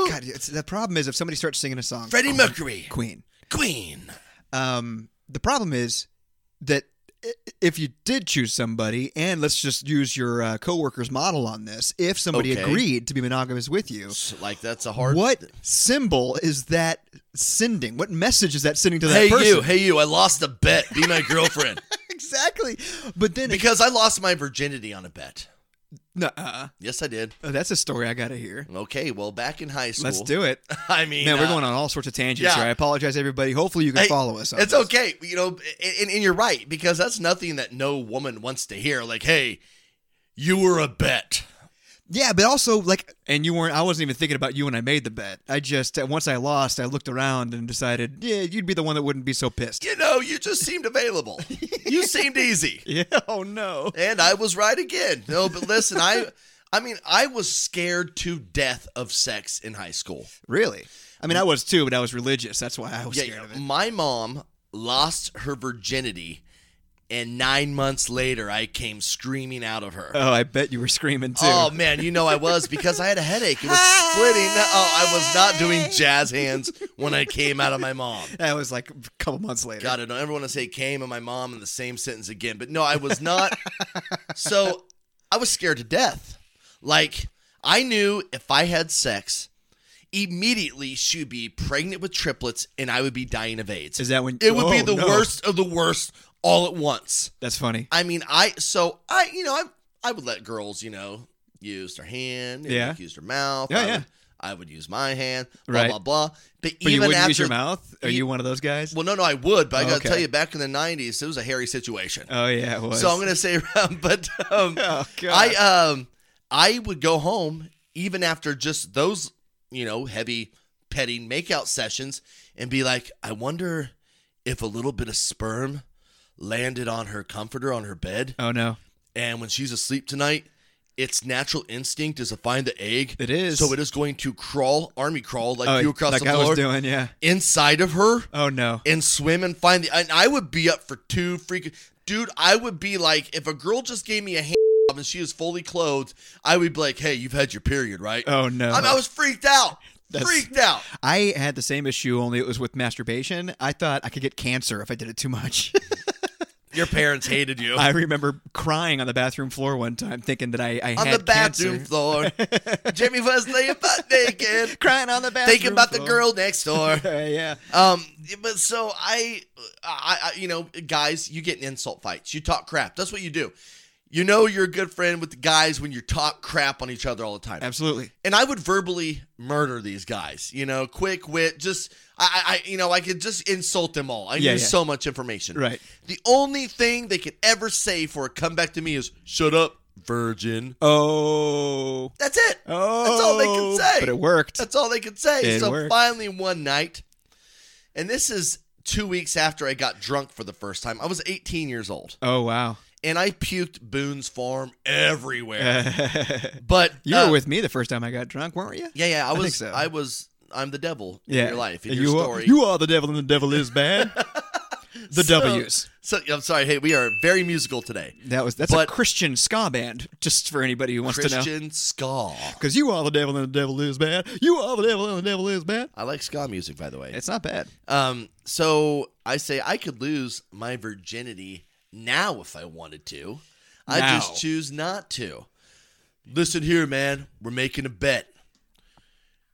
B: God, it's, the problem is if somebody starts singing a song, oh,
A: Freddie Mercury,
B: Queen.
A: Queen.
B: Um, the problem is that i- if you did choose somebody, and let's just use your uh, coworker's model on this, if somebody
A: Okay.
B: agreed to be monogamous with you,
A: Like that's a hard.
B: what symbol is that sending? What message is that sending to that
A: Hey
B: person?
A: you, hey you! I lost a bet. Be my girlfriend
B: exactly. But then,
A: because I lost my virginity on a bet.
B: Nuh-uh.
A: Yes, I did.
B: Oh, that's a story I gotta hear.
A: Okay, well, back in high school.
B: Let's do it.
A: I mean,
B: Man, we're
A: uh,
B: going on all sorts of tangents
A: yeah.
B: here. I apologize, everybody. Hopefully, you can
A: Hey,
B: follow us. On
A: It's
B: this.
A: okay, you know, and, and you're right because that's nothing that no woman wants to hear. Like, hey, you were a bet.
B: Yeah, but also like, and you weren't. I wasn't even thinking about you when I made the bet. I just uh, once I lost, I looked around and decided, yeah, you'd be the one that wouldn't be so pissed.
A: You know, you just seemed available. you seemed easy,
B: Yeah. Oh no.
A: and I was right again. No, but listen, I, I mean, I was scared to death of sex in high school.
B: Really? I mean, I was too, but I was religious. That's why I was
A: Yeah,
B: scared
A: yeah.
B: of it.
A: my mom lost her virginity, and nine months later, I came screaming out of her.
B: Oh, I bet you were screaming too.
A: Oh man, you know I was because I had a headache. It was splitting. Oh, I was not doing jazz hands when I came out of my mom.
B: that was like a couple months later.
A: God, I don't ever want to say came and my mom in the same sentence again. But no, I was not. so I was scared to death. Like I knew if I had sex, immediately she'd be pregnant with triplets and I would be dying of AIDS.
B: Is that when-
A: it would be the
B: Whoa, no.
A: worst of the worst all at once?
B: That's funny.
A: I mean, I so I you know I I would let girls you know use their hand,
B: Yeah.
A: yeah, use their mouth,
B: Yeah,
A: I
B: yeah.
A: Would, I would use my hand, blah
B: Right.
A: blah blah. But,
B: But you
A: even
B: wouldn't
A: after
B: use your mouth? Are
A: Ye-
B: you one of those guys?
A: well, no, no, I would, but I
B: Oh,
A: gotta
B: okay.
A: tell you, back in the '90s, it was a hairy situation.
B: oh yeah, it was.
A: so I'm gonna say, but um,
B: Oh, God.
A: I um I would go home even after just those you know heavy petting makeout sessions and be like, I wonder if a little bit of sperm landed on her comforter on her bed.
B: oh no.
A: And when she's asleep tonight, its natural instinct is to find the egg.
B: It is.
A: So it is going to crawl, army crawl, like
B: Oh,
A: you across
B: like
A: the
B: I
A: floor,
B: was doing. Yeah.
A: inside of her
B: Oh no.
A: and swim and find the. And I would be up for two freaking. Dude, I would be like, if a girl just gave me a hand job and she is fully clothed, I would be like, hey, you've had your period, right?
B: Oh, no.
A: I, mean, I was freaked out.
B: That's-
A: freaked out.
B: I had the same issue, only it was with masturbation. I thought I could get cancer if I did it too much.
A: Your parents hated you.
B: I remember crying on the bathroom floor one time, thinking that I, I
A: on
B: had
A: the bathroom
B: cancer.
A: floor, Jimmy was laying butt naked,
B: crying on the bathroom,
A: thinking about the
B: floor.
A: girl next door.
B: Uh, yeah,
A: Um, but so I, I, I, you know, guys, you get in insult fights. You talk crap. That's what you do. You know you're a good friend with the guys when you talk crap on each other all the time.
B: absolutely.
A: And I would verbally murder these guys. You know, quick wit. Just I, I, I- you know, I could just insult them all. I
B: Yeah,
A: knew
B: yeah.
A: so much information.
B: Right.
A: The only thing they could ever say for a comeback to me is "Shut up, virgin."
B: Oh,
A: That's it.
B: oh,
A: That's all they can say.
B: But it worked.
A: That's all they could say.
B: It
A: so
B: worked.
A: finally, one night, and this is two weeks after I got drunk for the first time. I was 18 years old,
B: Oh wow,
A: and I puked Boone's Farm
B: Uh,
A: everywhere. but
B: you
A: uh,
B: were with me the first time I got drunk, weren't you?
A: yeah, yeah. I was. I,
B: think so.
A: was. I'm the devil
B: Yeah.
A: in your life, in
B: you
A: your
B: are,
A: story.
B: You are the devil, and the devil is bad. the
A: So-
B: W's.
A: So I'm sorry. Hey, we are very musical today.
B: That was that's
A: But-
B: a Christian ska band. Just for anybody who wants to know,
A: Christian ska.
B: because you are the devil, and the devil is bad. You are the devil, and the devil is bad.
A: I like ska music, by the way.
B: It's not bad.
A: Um, so I say I could lose my virginity now if I wanted to. I
B: Now.
A: just choose not to. Listen here, man. We're making a bet.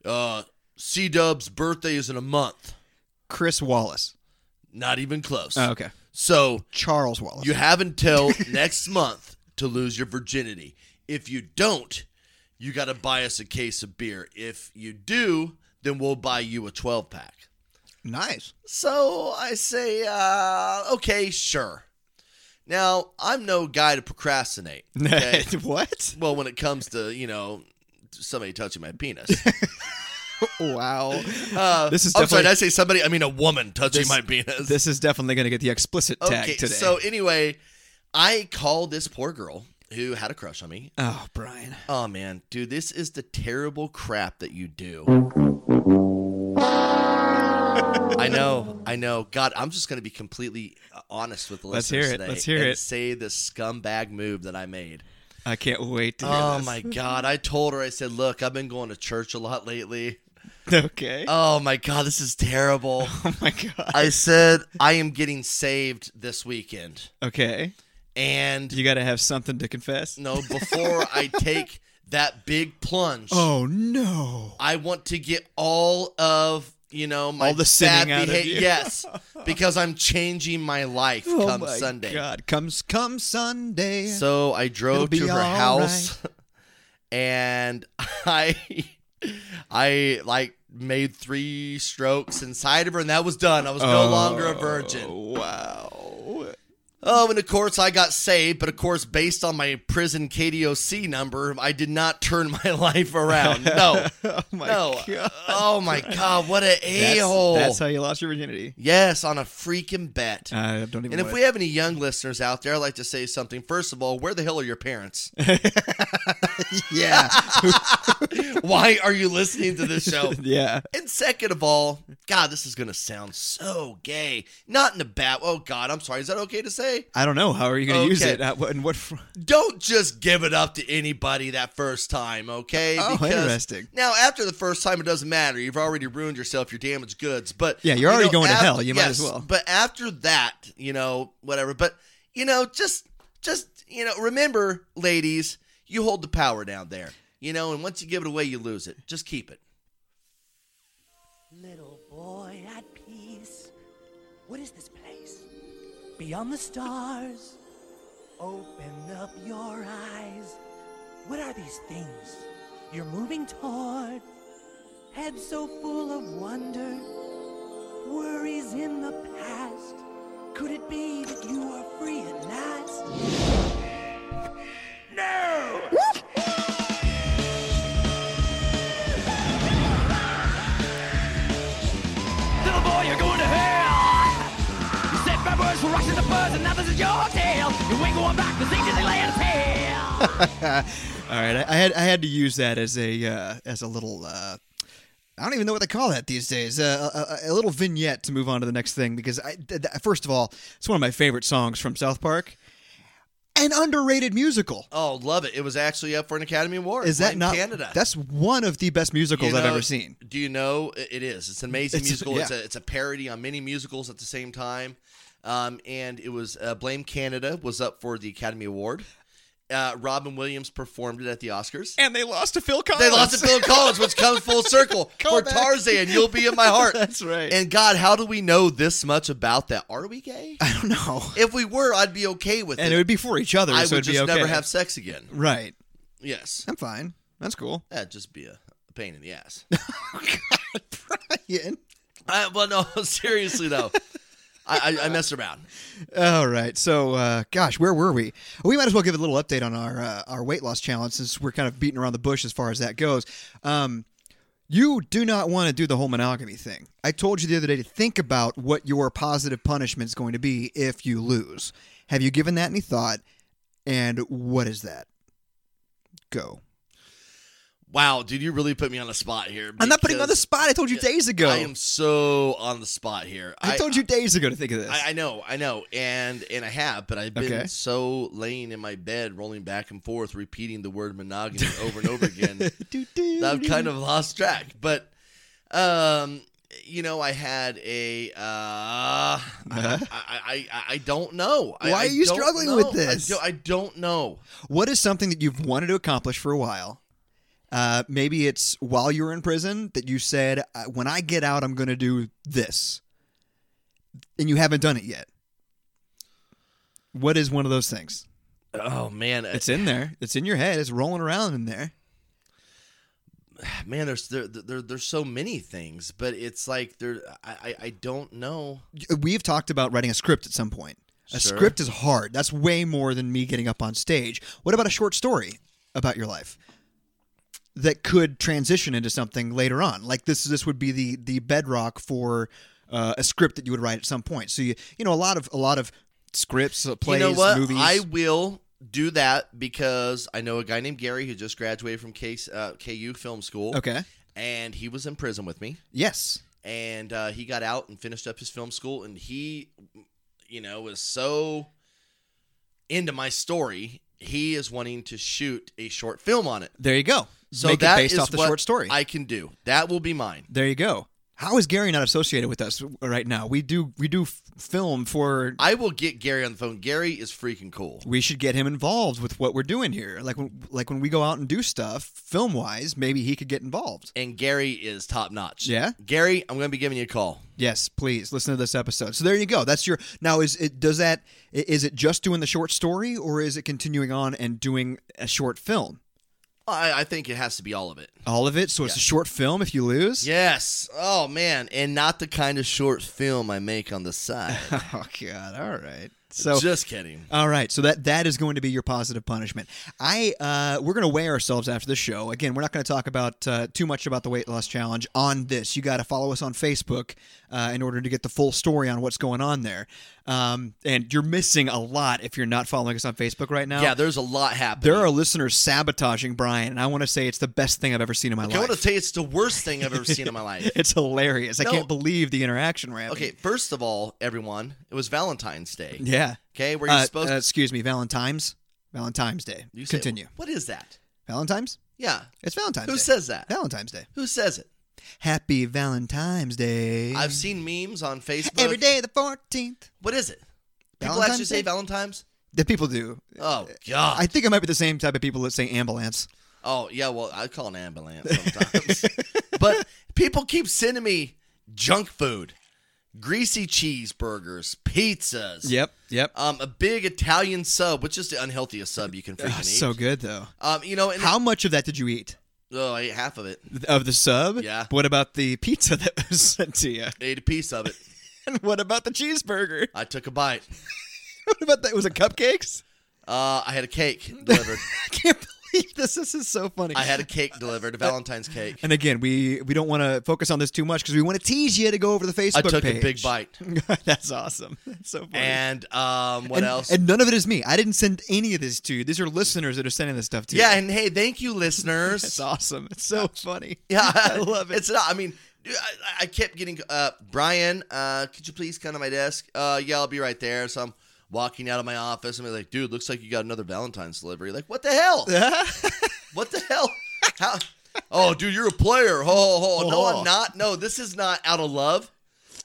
A: Uh, C Dub's birthday is in a month.
B: Chris Wallace.
A: Not even close.
B: Oh, okay.
A: So
B: Charles Wallace.
A: you have until next month to lose your virginity. If you don't, you got to buy us a case of beer. If you do, then we'll buy you a 12 pack.
B: nice.
A: So I say, uh, okay, sure. Now, I'm no guy to procrastinate. Okay?
D: what?
A: well, when it comes to, you know, somebody touching my penis.
D: Wow.
A: Uh,
B: This is
A: I'm sorry,
B: definitely-
A: did I say somebody? I mean a woman touching
B: This-
A: my penis.
B: This is definitely going to get the explicit tag
A: okay,
B: today.
A: so anyway, I called this poor girl who had a crush on me.
B: oh, Brian.
A: Oh, man, dude, this is the terrible crap that you do. I know, I know. God, I'm just going to be completely uh, honest with the
B: Let's
A: listeners
B: hear it,
A: today
B: let's hear
A: and
B: it.
A: Say the scumbag move that I made.
B: I can't wait to hear
A: Oh
B: this.
A: my God! I told her. I said, "Look, I've been going to church a lot lately.
B: Okay.
A: Oh my God, this is terrible."
B: oh my god.
A: I said, "I am getting saved this weekend,"
B: Okay.
A: and
B: You got to have something to confess.
A: no, before I take that big plunge,
D: Oh no.
A: I want to get all of you know my
B: All the
A: bad
B: sinning out of
A: beha-
B: you.
A: Yes, because I'm changing my life
B: Oh
A: come
B: my
A: Sunday.
B: God, comes come Sunday.
A: So I drove to
B: It'll be
A: her
B: all
A: house, and I, I like made three strokes inside of her, and that was done. I was no longer a virgin.
B: Oh. Wow.
A: Oh, and of course I got saved, but of course, based on my prison KDOC number, I did not turn my life around. No,
B: Oh my
A: no.
B: god.
A: Oh my God, what an a
B: That's,
A: hole!
B: that's how you lost your virginity.
A: yes, on a freaking bet.
B: I don't even.
A: and if
B: wanna-
A: we have any young listeners out there, I'd like to say something. First of all, where the hell are your parents?
D: Yeah.
A: Why are you listening to this show?
B: yeah.
A: And second of all, God, this is going to sound so gay. Not in a bad. Oh God, I'm sorry. Is that okay to say?
B: I don't know. How are you going to use
A: Okay.
B: it? At what, and what? fr-
A: don't just give it up to anybody that first time, okay?
B: Oh, interesting.
A: Now, after the first time, it doesn't matter. You've already ruined yourself, your damaged goods. But
B: Yeah, you're already going to
A: af-
B: hell. You might as well.
A: But after that, you know, whatever. But you know, just just you know, remember, ladies, you hold the power down there. You know, and once you give it away, you lose it. Just keep it.
E: Little boy at peace. What is this place? Beyond the stars. Open up your eyes. What are these things you're moving toward? Head so full of wonder. Worries in the past. Could it be that you are free at last? No!
F: Little boy, you're going to hell. You said bad words for rocks and the birds, and now this is your tale. You ain't going back. This ain't Disneyland. It's hell.
B: All right. I, I had I had to use that as a uh, as a little. Uh, I don't even know what they call that these days. Uh, a, a, a little vignette to move on to the next thing because I, th- th- first of all, it's one of my favorite songs from South Park, an underrated musical.
A: Oh, love it! It was actually up for an Academy Award.
B: Is that
A: in
B: not
A: Canada?
B: That's one of the best musicals
A: You
B: I've
A: know-
B: ever seen.
A: Do you know it it is? It's an amazing
B: It's-
A: musical. It's
B: yeah.
A: a it's a parody on many musicals at the same time, um, and it was uh, Blame Canada was up for the Academy Award. Uh, Robin Williams performed it at the Oscars.
B: And they lost to Phil Collins.
A: They lost to Bill Collins, which comes full circle for
B: back.
A: Tarzan. You'll be in my heart.
B: That's right.
A: And God, how do we know this much about that? Are we gay?
B: I don't know.
A: If we were, I'd be okay with
B: And
A: it.
B: it would be for each other,
A: I
B: so
A: would
B: it'd
A: just
B: be okay.
A: never have sex again.
B: right.
A: Yes,
B: I'm fine. That's cool.
A: that'd just be a a pain in the ass.
B: Brian.
A: I, well, no, seriously though, I, I, I messed around.
B: All right. So, uh, gosh, where were we? We might as well give a little update on our uh, our weight loss challenge since we're kind of beating around the bush as far as that goes. Um, you do not want to do the whole monogamy thing. I told you the other day to think about what your positive punishment is going to be if you lose. Have you given that any thought? And what is that? Go.
A: Wow, dude, you really put me on the spot here.
B: I'm not putting you on the
A: because
B: spot. I told you days ago.
A: I am so on the spot here.
B: I told you days ago to think of this.
A: I, I know, I know, and and I have, but I've been
B: Okay.
A: so laying in my bed, rolling back and forth, repeating the word monogamy over and over again. that
B: Do, do,
A: I've
B: do.
A: kind of lost track. But, um, you know, I had a. Uh, I, I, I I don't know. I-
B: Uh-huh. Why
A: I
B: are you
A: don't
B: struggling
A: know.
B: with
A: I
B: this?
A: don't- I don't know.
B: What is something that you've wanted to accomplish for a while? Uh, maybe it's while you were in prison that you said, "Uh, "When I get out, I'm going to do this," and you haven't done it yet. What is one of those things?
A: Oh man,
B: It's in there. It's in your head. It's rolling around in there.
A: man there's there, there there's so many things but it's like there I, I i don't know
B: We've talked about writing a script at some point. A
A: Sure.
B: script is hard. That's way more than me getting up on stage. What about a short story about your life that could transition into something later on? Like this, this would be the the bedrock for uh, a script that you would write at some point. So you you know a lot of a lot of scripts, uh, plays,
A: you know what?
B: movies.
A: I will do that because I know a guy named Gary who just graduated from K- uh, KU Film School.
B: okay.
A: And he was in prison with me.
B: Yes.
A: and uh, he got out and finished up his film school and he you know was so into my story he is wanting to shoot a short film on it
B: There you go.
A: so
B: Make
A: that
B: it based
A: is
B: off the
A: what
B: short story.
A: i can do that will be mine
B: there you go. How is Gary not associated with us right now? We do we do f- film for
A: i will get gary on the phone gary is freaking cool
B: we should get him involved with what we're doing here. Like when, like when we go out and do stuff film wise, maybe he could get involved.
A: and gary is top notch
B: Yeah?
A: gary i'm gonna be giving you a call
B: Yes, please listen to this episode. So there you go. That's your now. Is it does that? i- Is it just doing the short story, or is it continuing on and doing a short film?
A: i, I think it has to be all of it
B: All of it. So it's a short film. If you lose,
A: yes oh man and not the kind of short film i make on the side
B: Oh God. All right. So
A: just kidding
B: All right, so that that is going to be your positive punishment. I uh, we're going to weigh ourselves after the show. Again, we're not going to talk about uh, too much about the weight loss challenge on this. You got to follow us on Facebook uh, in order to get the full story on what's going on there. Um, and you're missing a lot if you're not following us on Facebook right now.
A: yeah there's a lot happening
B: there are listeners sabotaging Brian, and I want to say it's the best thing I've ever seen in my
A: I want to
B: life.
A: tell you, it's the worst thing I've ever seen in my life.
B: It's hilarious. I
A: No.
B: can't believe the interaction we're having.
A: Okay, first of all, everyone, it was Valentine's Day.
B: Yeah.
A: Okay, where you're
B: Uh,
A: supposed
B: uh,
A: to
B: excuse me, Valentine's. Valentine's Day.
A: you say,
B: Continue.
A: What is that?
B: Valentine's.
A: Yeah.
B: It's Valentine's
A: Who
B: Day.
A: says that?
B: Valentine's Day.
A: Who says it?
B: Happy Valentine's Day.
A: I've seen memes on Facebook.
B: Every day of the 14th.
A: What is it? People
B: Valentine's
A: actually say
B: Day?
A: Valentine's?
B: The people do.
A: Oh, God.
B: I think it might be the same type of people that say ambulance.
A: oh, yeah, well, I call an ambulance sometimes. but people keep sending me junk food, greasy cheeseburgers, pizzas.
B: yep.
A: Um, a big Italian sub, which is the unhealthiest sub you can freaking eat.
B: Ah, so good though.
A: Um, you know, and
B: How much of that did you eat?
A: Oh, I ate half of it.
B: Of the sub?
A: Yeah.
B: What about the pizza that was sent to you?
A: I ate a piece of it.
B: And what about the cheeseburger?
A: I took a bite.
B: What about that? Was it cupcakes?
A: Uh, I had a cake delivered.
B: I can't believe this. This is so funny.
A: I had a cake delivered, a Valentine's cake.
B: and again, we, we don't want to focus on this too much because we want to tease you to go over to the Facebook
A: I took a big
B: page.
A: bite.
B: That's awesome. That's so funny.
A: And um, what
B: and,
A: else?
B: And none of it is me. I didn't send any of this to you. These are listeners that are sending this stuff to you.
A: yeah, and hey, thank you, listeners.
B: That's awesome. It's so funny.
A: Yeah,
B: I love it.
A: It's not. I mean, dude, I, I kept getting uh, Brian. Uh, could you please come to my desk? Uh, yeah, I'll be right there. So I'm walking out of my office. I'm like, dude, looks like you got another Valentine's delivery. Like, what the hell? what the hell? How? Oh, dude, you're a player. Oh, no, I'm not. No, this is not out of love.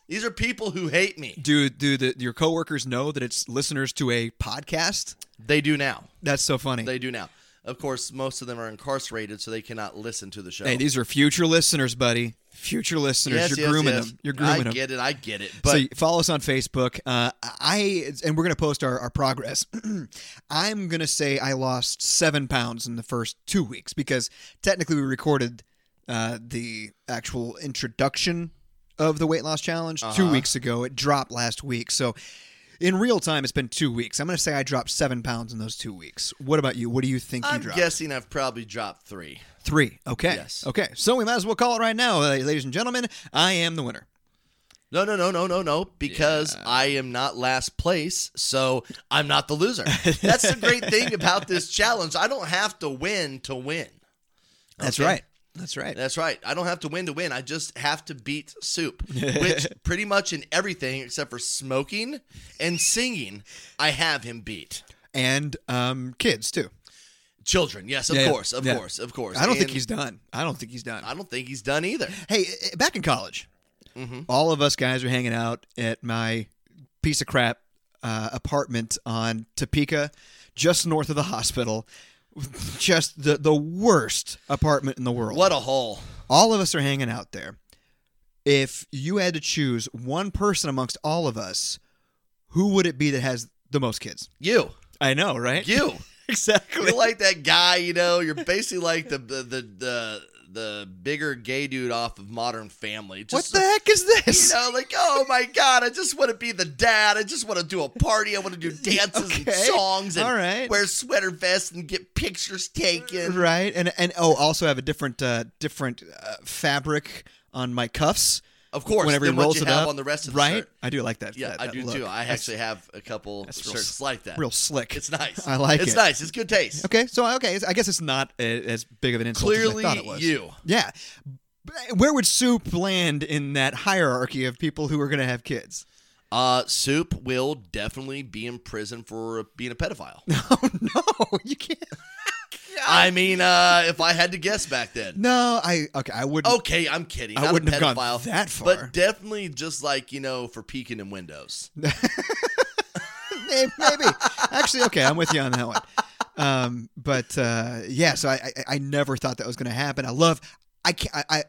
A: These are people who hate me.
B: Do do the, your coworkers know that it's listeners to a podcast?
A: They do now.
B: That's so funny.
A: They do now. Of course, most of them are incarcerated, so they cannot listen to the show.
B: hey, these are future listeners, buddy. Future listeners.
A: Yes,
B: You're
A: yes,
B: grooming
A: yes.
B: them. You're grooming
A: I
B: them.
A: get it. I get it. But
B: so you follow us on Facebook. Uh, I and we're gonna post our, our progress. I'm gonna say I lost seven pounds in the first two weeks because technically we recorded uh, the actual introduction of the weight loss challenge
A: Uh-huh.
B: two weeks ago. It dropped last week, so in real time it's been two weeks. I'm gonna say I dropped seven pounds in those two weeks. What about you? What do you think
A: I'm
B: you dropped?
A: guessing I've probably dropped three.
B: Three. Okay.
A: Yes.
B: Okay. So we might as well call it right now, uh, ladies and gentlemen. I am the winner.
A: No, no, no, no, no, no, because I am not last place, so I'm not the loser. That's the great thing about this challenge. I don't have to win to win.
B: That's
A: Okay?
B: right. That's right.
A: That's right. I don't have to win to win. I just have to beat soup, which pretty much in everything except for smoking and singing, I have him beat.
B: and um, kids too.
A: Children, yes, of
B: Yeah, yeah,
A: course, of
B: yeah.
A: course, of course.
B: I don't think
A: And
B: he's done. I don't think he's done.
A: I don't think he's done either.
B: Hey, eh, back in college,
A: Mm-hmm.
B: all of us guys are hanging out at my piece of crap uh, apartment on Topeka, just north of the hospital. Just the the worst apartment in the world.
A: What a haul.
B: All of us are hanging out there. If you had to choose one person amongst all of us, who would it be that has the most kids?
A: You,
B: I know, right?
A: you,
B: exactly.
A: you're like that guy. You know, you're basically like the the the the, the bigger gay dude off of Modern Family.
B: What
A: Just
B: the heck is
A: You
B: this?
A: know, like, oh my god, I just want to be the dad. I just want to do a party. I want to do dances and
B: Okay.
A: songs and
B: All right.
A: wear sweater vests and get pictures taken.
B: Right, and and oh, also have a different uh, different uh, fabric on my cuffs.
A: Of course,
B: whenever he
A: than what
B: rolls
A: you
B: it
A: have
B: up
A: on the rest of the
B: right?
A: shirt.
B: I do like that.
A: Yeah,
B: that-
A: I
B: that
A: do
B: look.
A: too. I
B: That's
A: actually have a couple
B: That's real
A: shirts
B: s-
A: like that.
B: real slick.
A: It's nice.
B: I like
A: it's
B: it.
A: nice. It's good taste.
B: Okay, so okay, I guess it's not a- as big of an insult
A: Clearly,
B: as I thought it was.
A: you.
B: Yeah. B- Where would soup land in that hierarchy of people who are going to have kids?
A: Uh, Soup will definitely be in prison for being a pedophile.
B: Oh no, you can't.
A: I mean, uh, if I had to guess back then.
B: No, I okay, I wouldn't.
A: Okay, I'm kidding.
B: I
A: Not
B: wouldn't
A: a
B: have
A: pedophile,
B: gone that far.
A: but definitely just like you know for peeking in windows.
B: May- maybe. Actually, okay, I'm with you on that one. Um, but uh, yeah, so I, I I never thought that was going to happen. I love. I can't. I. I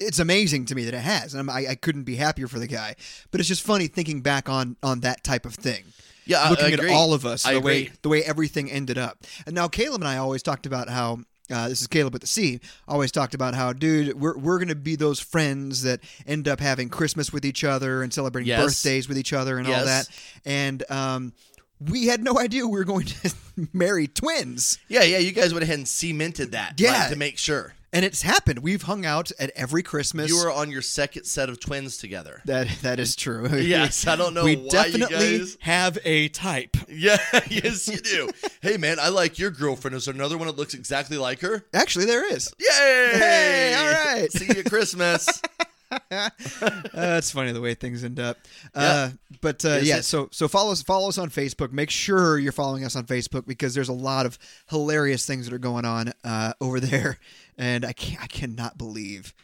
B: it's amazing to me that it has, and I'm, I, I couldn't be happier for the guy. But it's just funny thinking back on on that type of thing.
A: Yeah, I- I
B: looking
A: agree.
B: at all of us,
A: I
B: the way
A: agree.
B: the way everything ended up. And now Caleb and I always talked about how uh, this is Caleb with the C. Always talked about how, dude, we're we're gonna be those friends that end up having Christmas with each other and celebrating
A: Yes.
B: birthdays with each other and
A: Yes.
B: all that. And um, we had no idea we were going to marry twins.
A: Yeah, yeah. You guys went ahead and cemented that. like,
B: Yeah.
A: to make sure
B: And it's happened. We've hung out at every Christmas.
A: you were on your second set of twins together.
B: that that is true.
A: Yes, I don't know
B: We
A: why you
B: definitely
A: guys-
B: have a type.
A: Yeah, yes, you do. hey, man, I like your girlfriend. Is there another one that looks exactly like her?
B: Actually, there is.
A: Yay! Hey,
B: all right.
A: See you at Christmas.
B: Uh, it's funny the way things end up. Uh, But uh,
A: Is
B: yeah,
A: it?
B: so so follow us follow us on Facebook. Make sure you're following us on Facebook because there's a lot of hilarious things that are going on uh, over there, and I can I cannot believe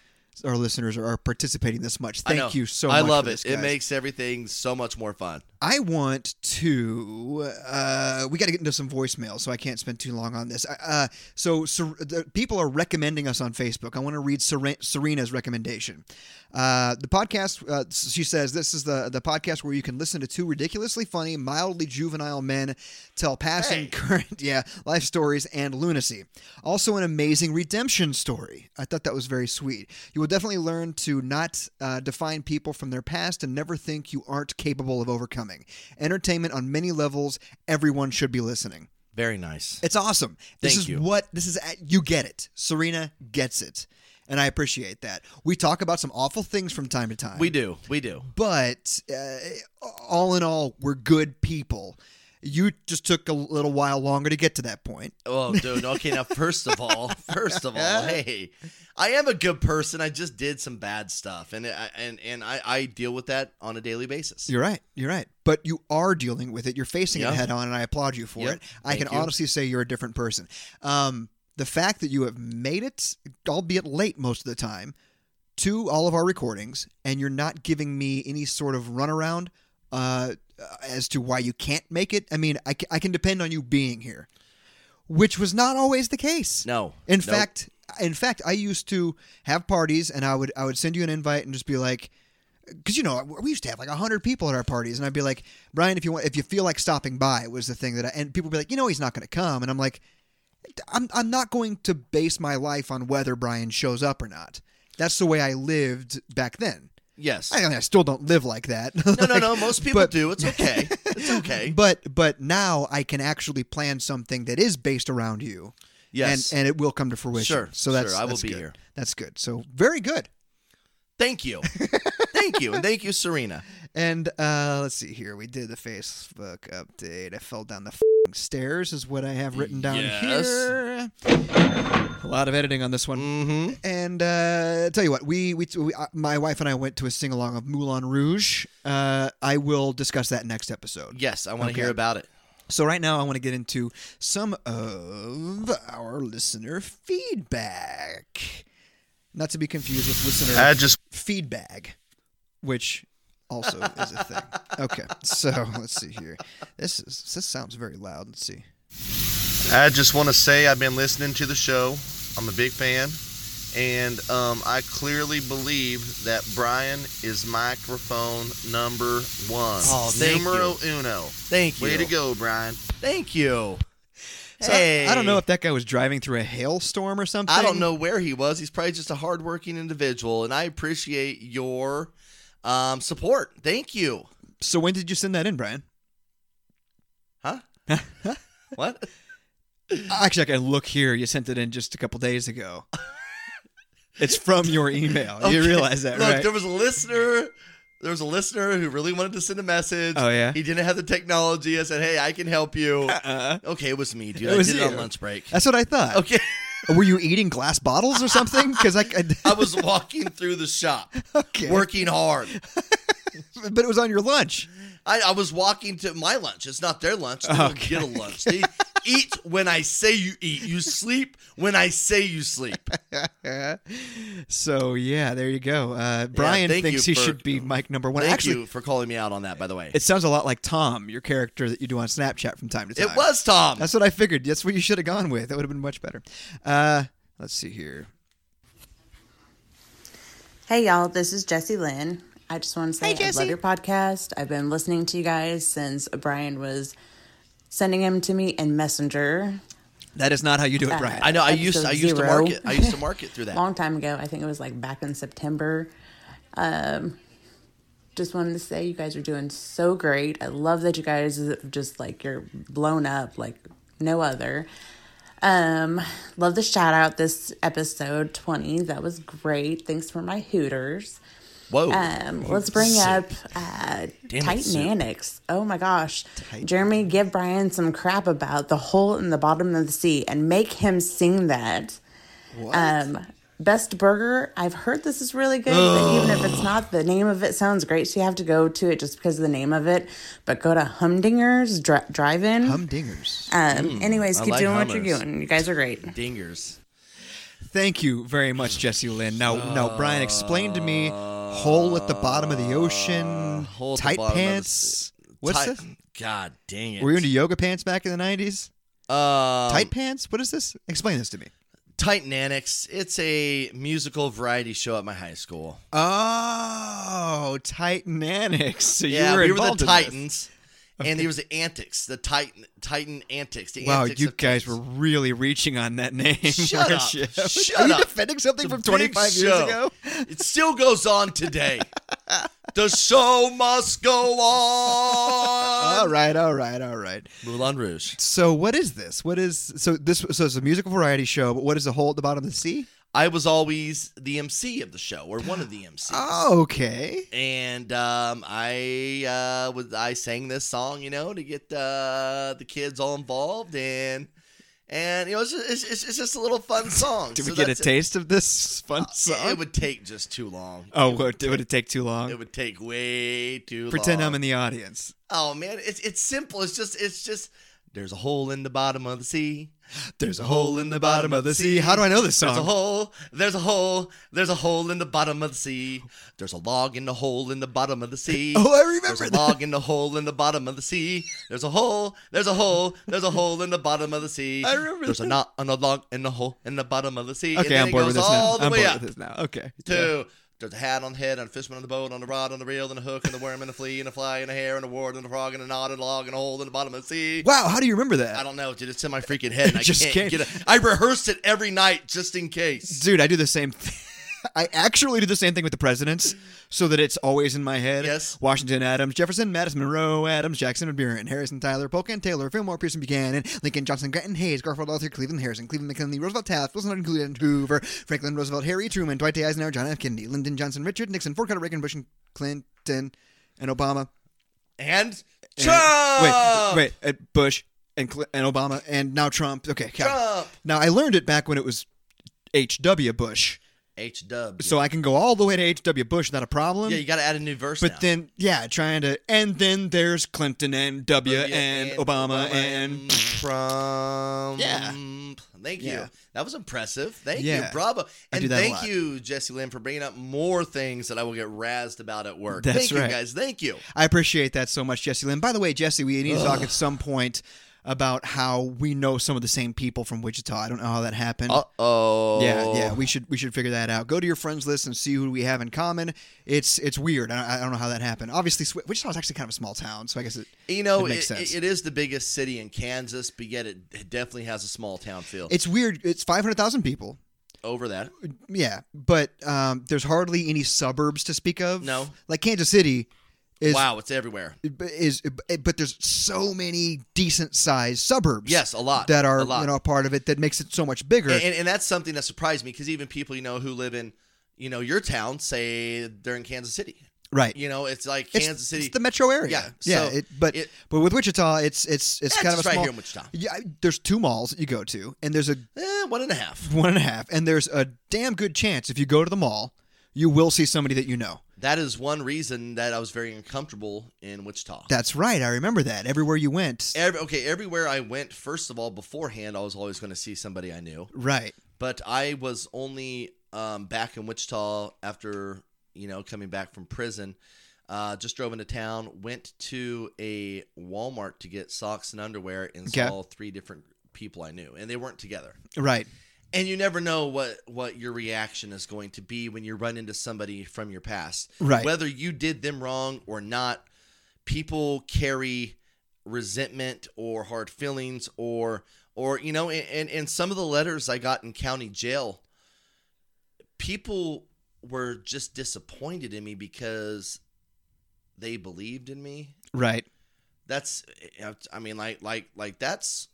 B: our listeners are, are participating this much.
A: I know.
B: Thank you so much.
A: I love
B: for
A: it.
B: this,
A: It
B: guys.
A: makes everything so much more fun.
B: I want to. Uh, we got to get into some voicemails, so I can't spend too long on this. Uh, so, Ser- the people are recommending us on Facebook. I want to read Seren- Serena's recommendation. Uh, the podcast, uh, she says, this is the the podcast where you can listen to two ridiculously funny, mildly juvenile men tell passing, current, yeah, life stories and lunacy. Also, an amazing redemption story. I thought that was very sweet. You will definitely learn to not uh, define people from their past and never think you aren't capable of overcoming. Entertainment on many levels. Everyone should be listening.
A: Very nice.
B: It's awesome. This
A: Thank
B: is
A: you.
B: what this is. You get it. Serena gets it, and I appreciate that. We talk about some awful things from time to time.
A: We do. We do.
B: but uh, all in all, we're good people. You just took a little while longer to get to that point.
A: Oh, dude. Okay, now first of all, first of all, hey, I am a good person. I just did some bad stuff, and I, and and I, I deal with that on a daily basis.
B: You're right. You're right. But you are dealing with it. You're facing
A: Yeah.
B: it head on, and I applaud you for
A: Yep.
B: it. I
A: Thank
B: can
A: you.
B: honestly say you're a different person. Um, the fact that you have made it, albeit late most of the time, to all of our recordings, and you're not giving me any sort of runaround uh, as to why you can't make it. I mean, I, ca- I can depend on you being here, which was not always the case.
A: No.
B: In
A: Nope.
B: fact, in fact, I used to have parties, and I would I would send you an invite and just be like, because you know we used to have like hundred people at our parties, and I'd be like, Brian, if you want, if you feel like stopping by, was the thing that, I, and people would be like, you know, he's not going to come, and I'm like, I'm I'm not going to base my life on whether Brian shows up or not. That's the way I lived back then.
A: Yes.
B: I mean, I still don't live like that.
A: no, no, no. Most people
B: but-
A: do. It's okay. It's okay.
B: But but now I can actually plan something that is based around you.
A: Yes.
B: And and it will come to fruition.
A: Sure,
B: So that's
A: sure, I will
B: that's
A: be
B: good.
A: here.
B: That's good. So very good.
A: thank you, thank you, and thank you, Serena.
B: And uh, let's see here. We did the Facebook update. I fell down the fing stairs, is what I have written down
A: Yes.
B: here. A lot of editing on this one.
A: Mm-hmm.
B: And uh, tell you what, we, we, we uh, my wife and I went to a sing along of Moulin Rouge. Uh, I will discuss that next episode.
A: Yes, I want to
B: Okay.
A: hear about it.
B: So right now, I want to get into some of our listener feedback. Not to be confused with listener feedback, which also is a thing. Okay, so let's see here. This is this sounds very loud. Let's see.
A: I just want to say I've been listening to the show. I'm a big fan. And um, I clearly believe that Brian is microphone number one. Oh, thank
G: Numero
A: you.
G: uno.
A: Thank you.
G: Way to go, Brian.
A: Thank you.
B: So I-
A: Hey.
B: I, don't know if that guy was driving through a hailstorm or something.
A: I don't know where he was. He's probably just a hardworking individual, and I appreciate your um, support. Thank you.
B: So when did you send that in, Brian?
A: Huh? what?
B: Actually, I can look here. You sent it in just a couple days ago. it's from your email. You
A: Okay.
B: realize that,
A: Look,
B: right?
A: there was a listener. There was a listener who really wanted to send a message.
B: Oh, yeah?
A: He didn't have the technology. I said, "Hey, I can help you."
B: Uh,
A: okay, it was me, dude.
B: It
A: I
B: was
A: did it on
B: you.
A: lunch break.
B: that's what I thought.
A: Okay,
B: Were you eating glass bottles or something? Because I, I,
A: I was walking through the shop,
B: Okay.
A: working hard.
B: but it was on your lunch.
A: I, I was walking to my lunch. It's not their lunch. They don't
B: Okay.
A: get a lunch. They eat when I say you eat. You sleep when I say you sleep.
B: So yeah, there you go. Uh, Brian
A: thank
B: thinks
A: you
B: he
A: for-
B: should be Mike number one.
A: Thank
B: Actually,
A: you for calling me out on that, by the way.
B: it sounds a lot like Tom, your character that you do on Snapchat from time to time.
A: It was Tom.
B: That's what I figured. That's what you should have gone with. That would have been much better. Uh, let's see here.
G: Hey y'all, this is Jessie Lynn. I just want to say I love your podcast. I've been listening to you guys since Brian was sending him to me in Messenger
B: That is not how you do it, Brian.
A: I know. I used I
G: Episode
A: used to
G: zero.
A: market. I used to market through
G: a
A: that.
G: long time ago. I think it was like back in September. Um, just wanted to say you guys are doing so great. I love that you guys have just like you're blown up like no other. Um, love the shout out this episode 20. That was great. Thanks for my Hooters.
A: Whoa.
G: Um, let's bring up uh,
A: Damn it,
G: Titan
A: Sue.
G: Annex. Oh my gosh. Jeremy, give Brian some crap about the hole in the bottom of the sea and make him sing that. Um, Best Burger. I've heard this is really good, but even if it's not, the name of it sounds great. So you have to go to it just because of the name of it. But go to Humdinger's Dri- Drive In.
B: Humdingers.
G: um, anyways,
A: mm, I
G: keep
A: like
G: doing what
A: Hummers.
G: you're doing. You guys are great.
A: Dingers.
B: Thank you very much, Jesse Lynn. Now, now, Brian, explain to me hole at the bottom of the ocean,
A: Hole at the
B: tight
A: bottom of the
B: pants. What's
A: Tight-
B: this?
A: God dang it.
B: Were you into yoga pants back in the nineties?
A: um,
B: tight pants? What is this? Explain this to me.
A: Titan Annex? It's a musical variety show at my high school.
B: Oh, Titananics. So
A: yeah,
B: you were
A: we were
B: involved
A: the
B: in this.
A: Titans, and there was the Antics, the Titan Titan Antics. The
B: Wow,
A: antics
B: you
A: of
B: guys were
A: Titans.
B: really reaching on that name.
A: Shut up!
B: weren't you?
A: Shut
B: Are you
A: up.
B: defending something
A: It's a
B: from
A: big
B: 25 years
A: show.
B: ago?
A: It still goes on today. the show must go on.
B: All right, all right, all right.
A: Moulin Rouge.
B: So what is this? What is so this? So it's a musical variety show, but what is the hole at the bottom of the sea?
A: I was always the MC of the show, or one of the MCs.
B: Oh, okay.
A: and um, I uh, was I sang this song, you know, to get uh, the kids all involved, and and you know, it's just, it's, it's, it's just a little fun song.
B: Did
A: So
B: we get a
A: that's it.
B: taste of this fun
A: It,
B: song?
A: would take just too long.
B: oh, would, would it take too long?
A: It would take way too.
B: Pretend
A: long.
B: I'm in the audience.
A: Oh man, it's it's simple. It's just it's just. There's a hole in the bottom of the sea.
B: There's a hole in the bottom of the sea. How do I know this song?
A: There's a hole. There's a hole. There's a hole in the bottom of the sea. There's a log in the hole in the bottom of the sea.
B: Oh, I remember
A: There's a
B: that.
A: log in the hole in the bottom of the sea. There's a hole. There's a hole. There's a hole in the bottom of the sea.
B: I remember
A: There's a
B: that.
A: knot on a log in the hole in the bottom of the sea. and
B: Okay,
A: then
B: I'm
A: it
B: bored
A: goes
B: with this now.
A: all the
B: I'm
A: way
B: bored
A: up
B: with this now. Okay.
A: to. There's a hat on the head, on a fishman on the boat, on the rod, on the reel, and a hook, and a worm, and a flea, and a fly, and a hair, and a ward, and a frog, and a knot, and a log, and a hole in the bottom of the sea.
B: Wow, how do you remember that?
A: I don't know, dude. It's in my freaking head. And I
B: Just
A: can't
B: came.
A: get it. I rehearsed it every night just in case.
B: Dude, I do the same thing. I actually do the same thing with the presidents so that it's always in my head.
A: Yes.
B: Washington Adams, Jefferson, Madison Monroe, Adams, Jackson, and Buren, Harrison, Tyler, Polk, and Taylor, Fillmore, Pearson, Buchanan, Lincoln, Johnson, Grant, and Hayes, Garfield, Arthur, Cleveland, Harrison, Cleveland, McKinley, Roosevelt, Taft, Wilson, Harding, Cleveland, Hoover, Franklin, Roosevelt, Harry, Truman, Dwight D. Eisenhower, John F. Kennedy, Lyndon Johnson, Richard Nixon, Ford Carter, Reagan, Bush, and Clinton, and Obama.
A: And
B: and-
A: Trump.
B: Wait, wait, uh, Bush and Cl- and Obama and now Trump. Okay, God.
A: Trump.
B: Now I learned it back when it was H.W. Bush.
A: H Dub.
B: so I can go all the way to H.W. Bush without a problem.
A: yeah, you got to add a new verse.
B: but
A: now.
B: then, yeah, trying to, and then there's Clinton and W
A: Yeah,
B: and, Obama, and
A: Trump.
B: Yeah.
A: Thank
B: Yeah.
A: you. That was impressive. Thank
B: Yeah.
A: you. Bravo.
B: I
A: And
B: do that a
A: thank
B: lot.
A: you, Jesse Lynn, for bringing up more things that I will get razzed about at work.
B: That's
A: thank you,
B: right.
A: guys. Thank you.
B: I appreciate that so much, Jesse Lynn. By the way, Jesse, we need to talk at some point about how we know some of the same people from Wichita. I don't know how that happened.
A: Uh oh.
B: Yeah, yeah, we should we should figure that out. Go to your friends list and see who we have in common. It's it's weird. I don't, I don't know how that happened. Obviously, Swi- Wichita's actually kind of a small town, so I guess it
A: You know,
B: it makes
A: it-
B: sense.
A: it is the biggest city in Kansas, but yet it, it definitely has a small town feel.
B: it's weird. It's five hundred thousand people.
A: Over that,
B: Yeah, but um, there's hardly any suburbs to speak of.
A: No.
B: like Kansas City is
A: wow, it's everywhere.
B: is but there's so many decent sized suburbs.
A: Yes, a lot,
B: that are
A: a lot.
B: you know a part of it that makes it so much bigger.
A: And, and, and that's something that surprised me because even people you know who live in, you know, your town say they're in Kansas City.
B: right.
A: You know, it's like
B: It's-
A: Kansas City.
B: It's the metro area.
A: Yeah,
B: yeah.
A: so
B: it, but
A: it-
B: but with Wichita, it's it's it's
A: Yeah,
B: kind
A: it's
B: of a
A: right
B: small.
A: here in Wichita.
B: Yeah, I- there's two malls that you go to, and there's a
A: eh, one and a half.
B: one and a half, and there's a damn good chance if you go to the mall, you will see somebody that you know.
A: That is one reason that I was very uncomfortable in Wichita.
B: That's right. I remember that everywhere you went.
A: Every, okay, everywhere I went, first of all, beforehand, I was always going to see somebody I knew.
B: right.
A: But I was only um, back in Wichita after you know coming back from prison. Uh, just drove into town, went to a Walmart to get socks and underwear, and
B: Okay.
A: saw three different people I knew, and they weren't together.
B: Right.
A: And you never know what what your reaction is going to be when you run into somebody from your past,
B: Right.
A: Whether you did them wrong or not, people carry resentment or hard feelings or or you know and and, and some of the letters i got in county jail people were just disappointed in me because they believed in me
B: Right.
A: that's eh, i mean like like like that's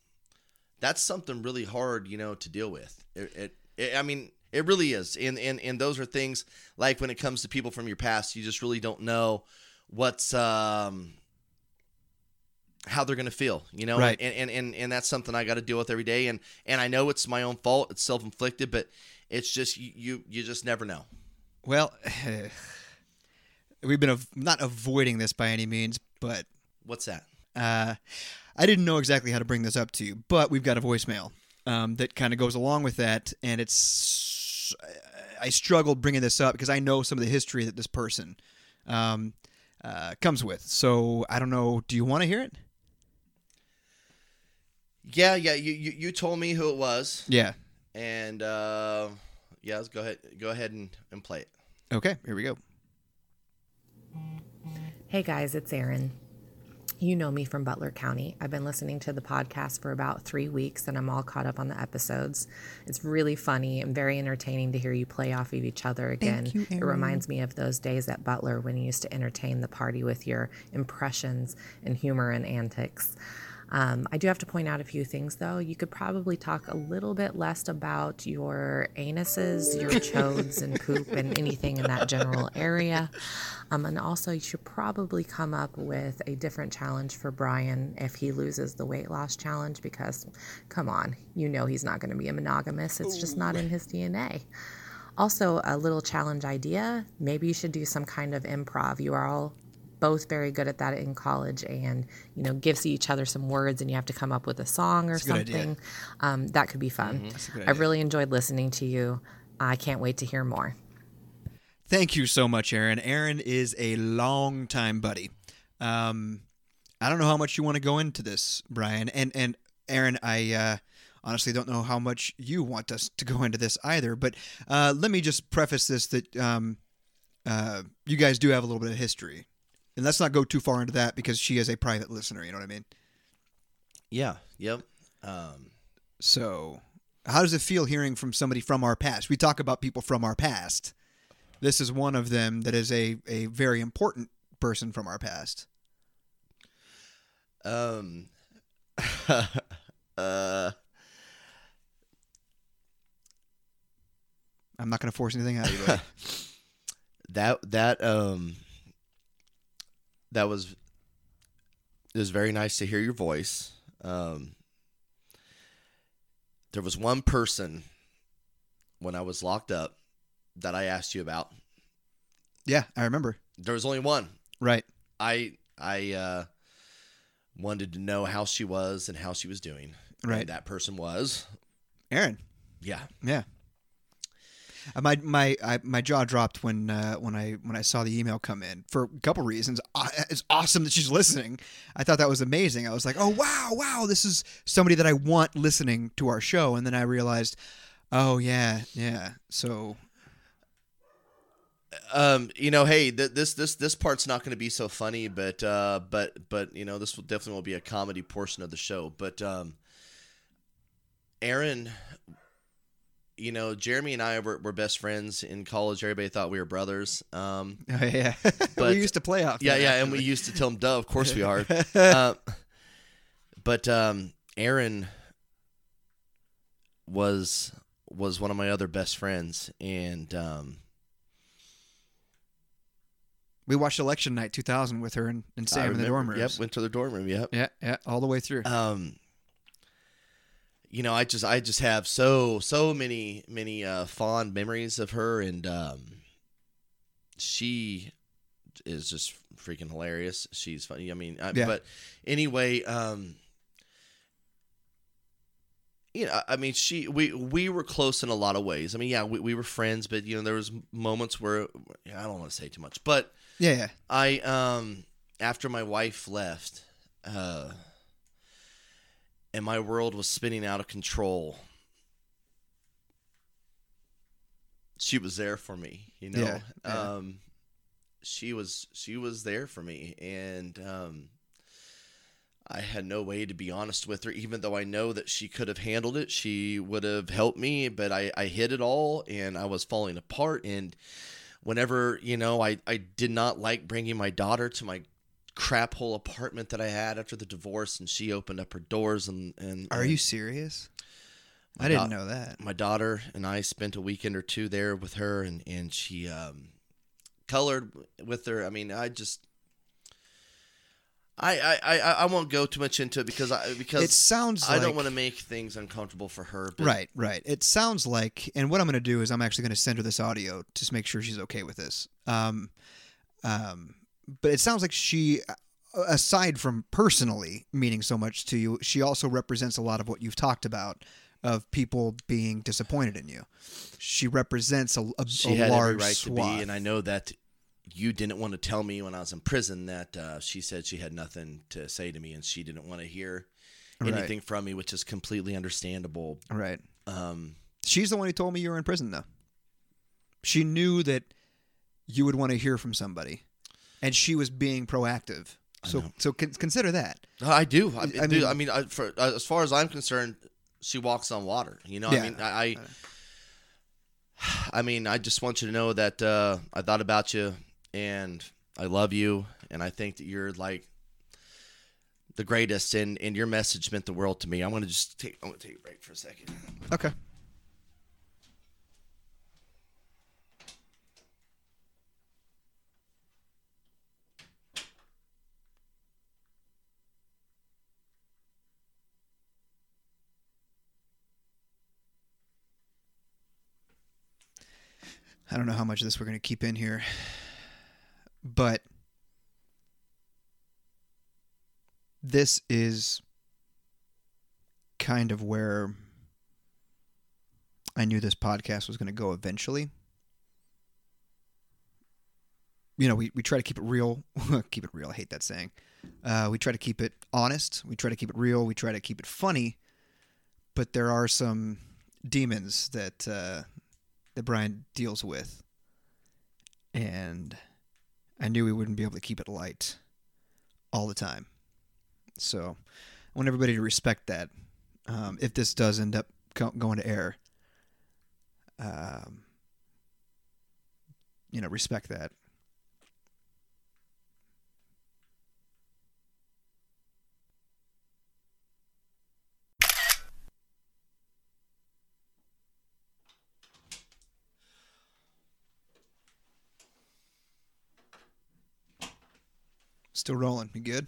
A: that's something really hard you know to deal with it, it, it i mean it really is and, and and those are things like when it comes to people from your past you just really don't know what's um how they're gonna feel you know
B: Right.
A: and, and and and that's something i gotta deal with every day and and i know it's my own fault it's self-inflicted but it's just you you, you just never know
B: Well, we've been av- not avoiding this by any means, but
A: what's that
B: uh, I didn't know exactly how to bring this up to you, but we've got a voicemail um, that kind of goes along with that, and it's I struggled bringing this up because I know some of the history that this person um, uh, comes with. So I don't know. Do you want to hear it?
A: yeah yeah you you, you told me who it was
B: Yeah.
A: And uh, yeah, let's go ahead. Go ahead and, and play it.
B: Okay. Here we go.
H: Hey guys, it's Erin. You know me from Butler County. I've been listening to the podcast for about three weeks and I'm all caught up on the episodes. It's really funny and very entertaining to hear you play off of each other again. it reminds me of those days at Butler when you used to entertain the party with your impressions and humor and antics. Um, I do have to point out a few things though. You could probably talk a little bit less about your anuses, your chodes, and poop, and anything in that general area. Um, and also, you should probably come up with a different challenge for Brian if he loses the weight loss challenge because, come on, you know he's not going to be a monogamous. It's just not in his DNA. Also, a little challenge idea maybe you should do some kind of improv. You are all both very good at that in college and you know gives each other some words and you have to come up with a song or something um, that could be fun i really enjoyed listening to you i can't wait to hear more
B: Thank you so much, Aaron. Aaron is a long time buddy. Um, I don't know how much you want to go into this, Brian, and and Aaron, I uh, honestly don't know how much you want us to go into this either. But uh, let me just preface this that um, uh, you guys do have a little bit of history, and let's not go too far into that because she is a private listener. You know what I mean?
A: Yeah. Yep. Um,
B: So, how does it feel hearing from somebody from our past? We talk about people from our past. This is one of them that is a, a very important person from our past.
A: um, uh,
B: I'm not going to force anything out of you. buddy.
A: that that um, that was it was very nice to hear your voice. Um, there was one person when I was locked up that I asked you about.
B: yeah, I remember.
A: There was only one.
B: Right.
A: I I uh, wanted to know how she was and how she was doing.
B: Right.
A: And that person was
B: Aaron.
A: yeah.
B: Yeah. Uh, My my I, my jaw dropped when uh, when I when I saw the email come in for a couple reasons. Uh, It's awesome that she's listening. I thought that was amazing. I was like, oh wow, wow, this is somebody that I want listening to our show. And then I realized, oh yeah, yeah. So
A: um, you know, hey, th- this this this part's not going to be so funny, but uh, but but you know, this will definitely will be a comedy portion of the show. But um, Aaron, you know, Jeremy and I were, were best friends in college. Everybody thought we were brothers. Um,
B: oh, yeah,
A: But-
B: we used to play off.
A: yeah,
B: that,
A: yeah, and we used to tell him, "Duh, of course we are." uh, but um, Aaron was was one of my other best friends, and um,
B: We watched election night 2000 with her and, and Sam
A: I
B: in the dorm
A: remember-
B: rooms.
A: Yep, went to the dorm room. Yep.
B: Yeah, yeah, all the way through.
A: um you know i just i just have so so many many uh fond memories of her and um she is just freaking hilarious she's funny i mean I,
B: Yeah.
A: but anyway um you know, I- I mean, she we we were close in a lot of ways. I mean, yeah, we, we were friends, but you know, there was moments where I don't want to say too much, but
B: yeah, yeah.
A: I um after my wife left, uh and my world was spinning out of control. She was there for me, you know.
B: Yeah, yeah.
A: Um she was she was there for me and um I had no way to be honest with her, even though I know that she could have handled it. She would have helped me, but I, I hid it all and I was falling apart. And whenever, you know, I, I did not like bringing my daughter to my crap hole apartment that I had after the divorce and she opened up her doors and, and
B: Are
A: and
B: you serious? I
A: God.
B: didn't know that.
A: my daughter and I spent a weekend or two there with her and, and she, um, colored with her. I mean, I just, I, I, I, I won't go too much into it because I, because
B: It sounds
A: I don't
B: like-
A: want to make things uncomfortable for her. But
B: Right, right. It sounds like, and what I'm going to do is I'm actually going to send her this audio to make sure she's okay with this. Um, um, but it sounds like she, a- aside from personally meaning so much to you, she also represents a lot of what you've talked about of people being disappointed in you. She represents a, a,
A: she
B: a
A: had
B: large
A: every right
B: swath.
A: to be, and I know that you didn't want to tell me when I was in prison that uh, she said she had nothing to say to me and she didn't want to hear
B: Right.
A: anything from me, which is completely understandable.
B: right.
A: Um,
B: She's the one who told me you were in prison, though. She knew that you would want to hear from somebody, and she was being proactive. So, so con- consider that.
A: I do. I,
B: I
A: I
B: mean-
A: mean, I mean, I, for, uh, as far as I'm concerned, she walks on water. You know,
B: Yeah.
A: I mean, I, I, I mean, I just want you to know that uh, I thought about you and I love you and I think that you're like the greatest and and your message meant the world to me. I'm gonna just take I'm gonna take a break for a second.
B: Okay. I don't know how much of this we're going to keep in here, but this is kind of where I knew this podcast was going to go eventually. You know, we, we try to keep it real. keep it real. I hate that saying. Uh, we try to keep it honest. We try to keep it real. We try to keep it funny. But there are some demons that uh, that Brian deals with, and I knew we wouldn't be able to keep it light all the time. So I want everybody to respect that. Um, if this does end up go- going to air, um, you know, respect that. Still rolling. You good?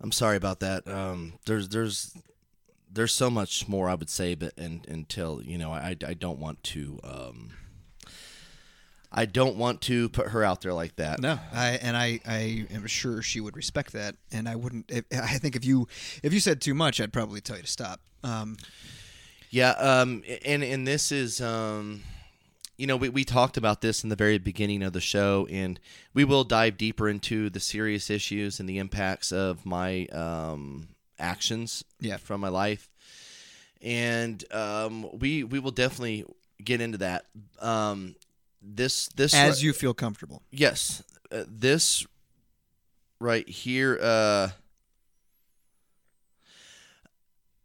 A: I'm sorry about that. Um, there's there's there's so much more I would say, but and until you know, I I don't want to. Um, I don't want to put her out there like that.
B: No, I and I, I am sure she would respect that, and I wouldn't. If, I think if you if you said too much, I'd probably tell you to stop. Um,
A: Yeah, um, and and this is, um, you know, we, we talked about this in the very beginning of the show, and we will dive deeper into the serious issues and the impacts of my um, actions
B: Yeah.
A: from my life, and um, we we will definitely get into that. Um, this this
B: as you feel comfortable.
A: yes, uh, this right here, uh,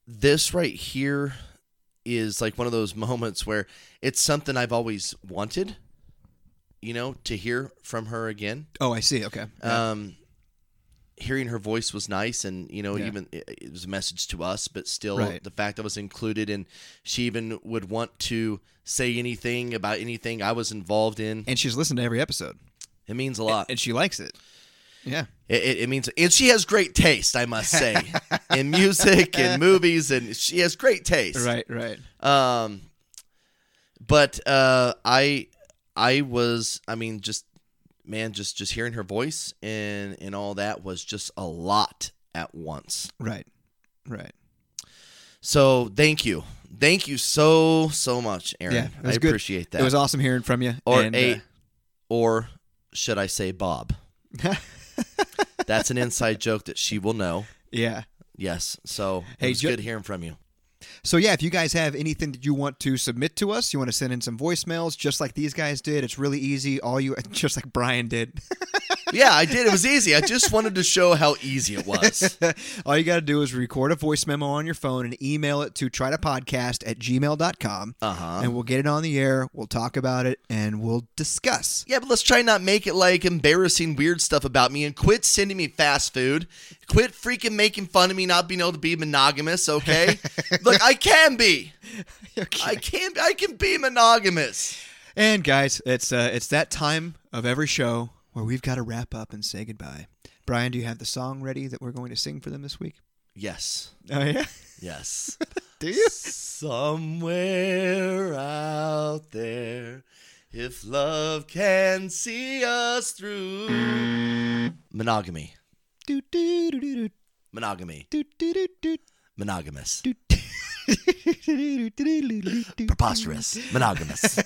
A: this right here is like one of those moments where it's something I've always wanted, you know, to hear from her again.
B: Oh, I see. Okay.
A: Um, hearing her voice was nice, and you know,
B: Yeah.
A: even it, it was a message to us, but still,
B: Right.
A: the fact I was included, and she even would want to say anything about anything I was involved in,
B: and she's listened to every episode,
A: it means a lot.
B: and she likes it. Yeah.
A: It, it, it means, and she has great taste, I must say, in music and movies, and she has great taste.
B: Right. Right.
A: Um, but uh, I, I was, I mean, just man, just just hearing her voice and and all that was just a lot at once.
B: Right. Right.
A: So thank you, thank you so so much, Aaron.
B: Yeah. It was
A: I
B: good.
A: appreciate that.
B: It was awesome hearing from you.
A: or
B: and,
A: a,
B: uh,
A: or should I say Bob?
B: uh,
A: That's an inside joke that she will know.
B: yeah.
A: Yes. So
B: Hey,
A: it's
B: Ju-
A: good hearing from you.
B: So yeah, if you guys have anything that you want to submit to us, you want to send in some voicemails, just like these guys did. It's really easy. All you, just like Brian did.
A: Yeah, I did. It was easy. I just wanted to show how easy it was.
B: All you got to do is record a voice memo on your phone and email it to try to podcast at gmail.com.
A: Uh-huh.
B: And we'll get it on the air. We'll talk about it and we'll discuss.
A: Yeah, but let's try not make it like embarrassing weird stuff about me and quit sending me fast food. Quit freaking making fun of me not being able to be monogamous, okay? Look, I can be. I can I can be monogamous.
B: And guys, it's uh, it's that time of every show where we've got to wrap up and say goodbye. Brian, do you have the song ready that we're going to sing for them this week?
A: Yes.
B: Oh yeah.
A: Yes.
B: Do you?
A: Somewhere out there, if love can see us through monogamy.
B: Do do do do
A: Monogamy.
B: do do do do
A: Monogamous.
B: do do do do do.
A: Preposterous. Monogamous.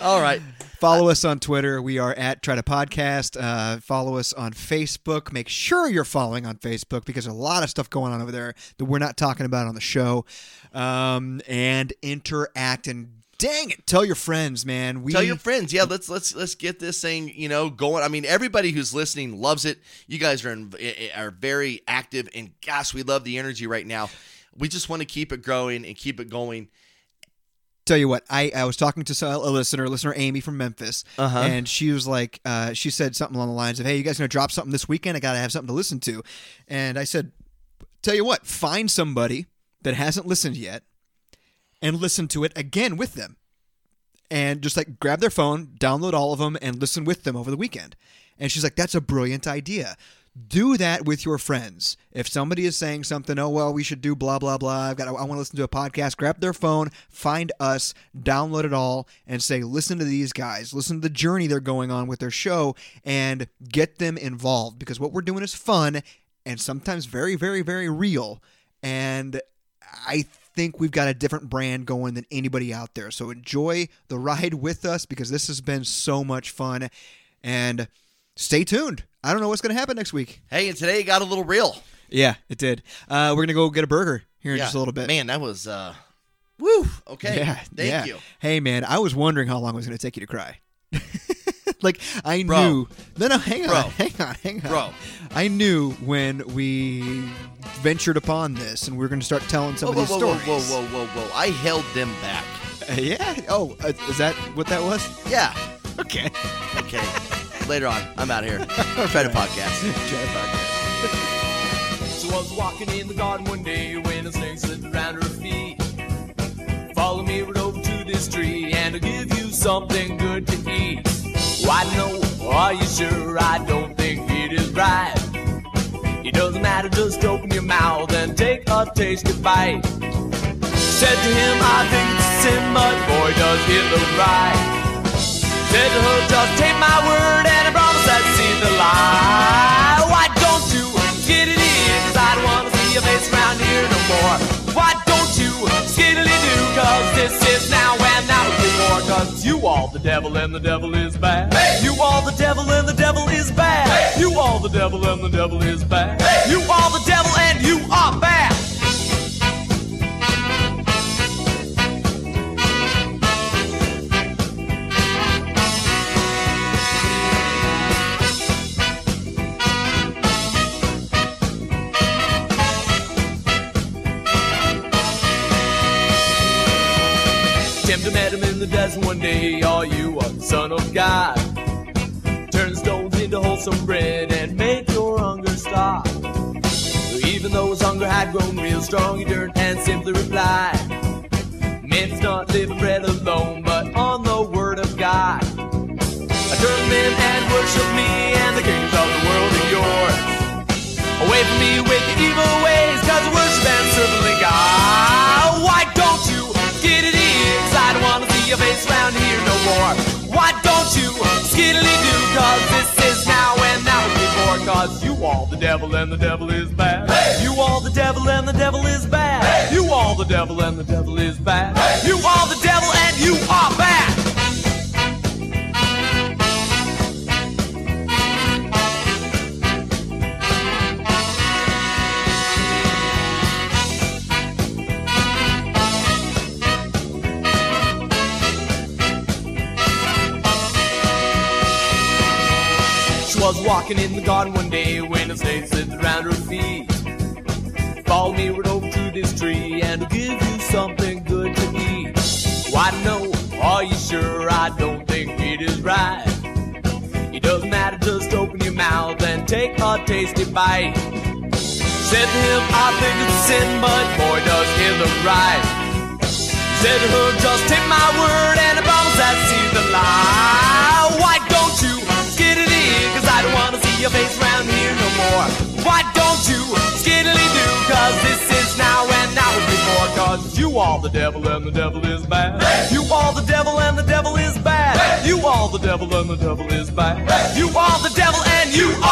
A: All right.
B: Follow us on Twitter. We are at Try to Podcast. Uh, follow us on Facebook. Make sure you're following on Facebook because there's a lot of stuff going on over there that we're not talking about on the show. Um, and interact and dang it, tell your friends, man. We
A: Tell your friends. Yeah, let's let's let's get this thing, you know, going. I mean, everybody who's listening loves it. You guys are in, eh, are very active and gosh, we love the energy right now. We just want to keep it growing and keep it going.
B: tell you what I, I was talking to so- a listener listener amy from memphis
A: Uh-huh.
B: and she was like uh, she said something along the lines of hey you guys gonna drop something this weekend i gotta have something to listen to and i said tell you what find somebody that hasn't listened yet and listen to it again with them and just like grab their phone download all of them and listen with them over the weekend and she's like that's a brilliant idea do that with your friends. If somebody is saying something, oh well, we should do blah blah blah. I've got, I want to listen to a podcast. Grab their phone, find us, download it all, and say, listen to these guys. Listen to the journey they're going on with their show, and get them involved because what we're doing is fun and sometimes very, very, very real. And I think we've got a different brand going than anybody out there. So enjoy the ride with us because this has been so much fun. And stay tuned. I don't know what's going to happen next week.
A: Hey, and today got a little real.
B: Yeah, it did. Uh, we're going to go get a burger here in
A: Yeah.
B: just a little bit.
A: Man, that was uh woo. Okay.
B: yeah,
A: Thank
B: yeah.
A: you.
B: Hey, man, I was wondering how long it was going to take you to cry. like, I
A: Bro.
B: knew. No, no, hang on.
A: Bro.
B: Hang on, hang on.
A: Bro.
B: I knew when we ventured upon this and we are going to start telling some
A: Whoa,
B: of
A: whoa,
B: these
A: whoa, whoa,
B: stories.
A: whoa, whoa, whoa, whoa. I held them back.
B: Uh, yeah. Oh, uh, is that what that was?
A: Yeah.
B: Okay.
A: Okay. Later on, I'm out of here. Try to podcast.
C: So I was walking in the garden one day when a snake slipped around her feet. Follow me right over to this tree and I'll give you something good to eat. Why no, are you sure? I don't think it is right. It doesn't matter, just open your mouth and take a tasty bite. Said to him, I think it's him, but boy, does it look right.
F: Dreadful, just take my word and I promise I'd see the light. Why don't you get it in? 'Cause I don't wanna see your face around here no more. Why don't you skiddly do? 'Cause this is now and now before. 'Cause you all the devil and the devil is bad. You all the devil and the devil is bad. You all the devil and the devil is bad. You all the devil and you are bad. Tempter met him in the desert one day. Are you a son of God? Turn stones into wholesome bread and make your hunger stop. Even though his hunger had grown real strong, he turned and simply replied, Men's not live bread alone, but on the word of God. I turn men and worship me, and the kings of the world are yours. Away from me with the evil ways, cause I worship and serve only God. Why don't you get it in? 'Cause I don't wanna see your face round here no more. Why don't you skiddly do? Cause this is now and now is before. Cause you all the devil and the devil is bad. You all the devil and the devil is bad. You all the devil and the devil is bad. You all the devil and you are bad. She was walking in the garden one day when a snake slipped around her feet. Follow me right over to this tree and I'll give you something good to eat. Why no, are you sure? I don't think it is right. It doesn't matter, just open your mouth and take a tasty bite. Said to him, I think it's sin, but boy does he look right. Said to her, just take my word and I promise I see the light. Why don't you skiddly do? Cause I don't wanna see your face around here no more. Why don't you skiddly do? Cause this is now and now is before. Cause you all the devil and the devil is bad. You all the devil and the devil is bad. You all the devil and the devil is bad. You all the devil and you are.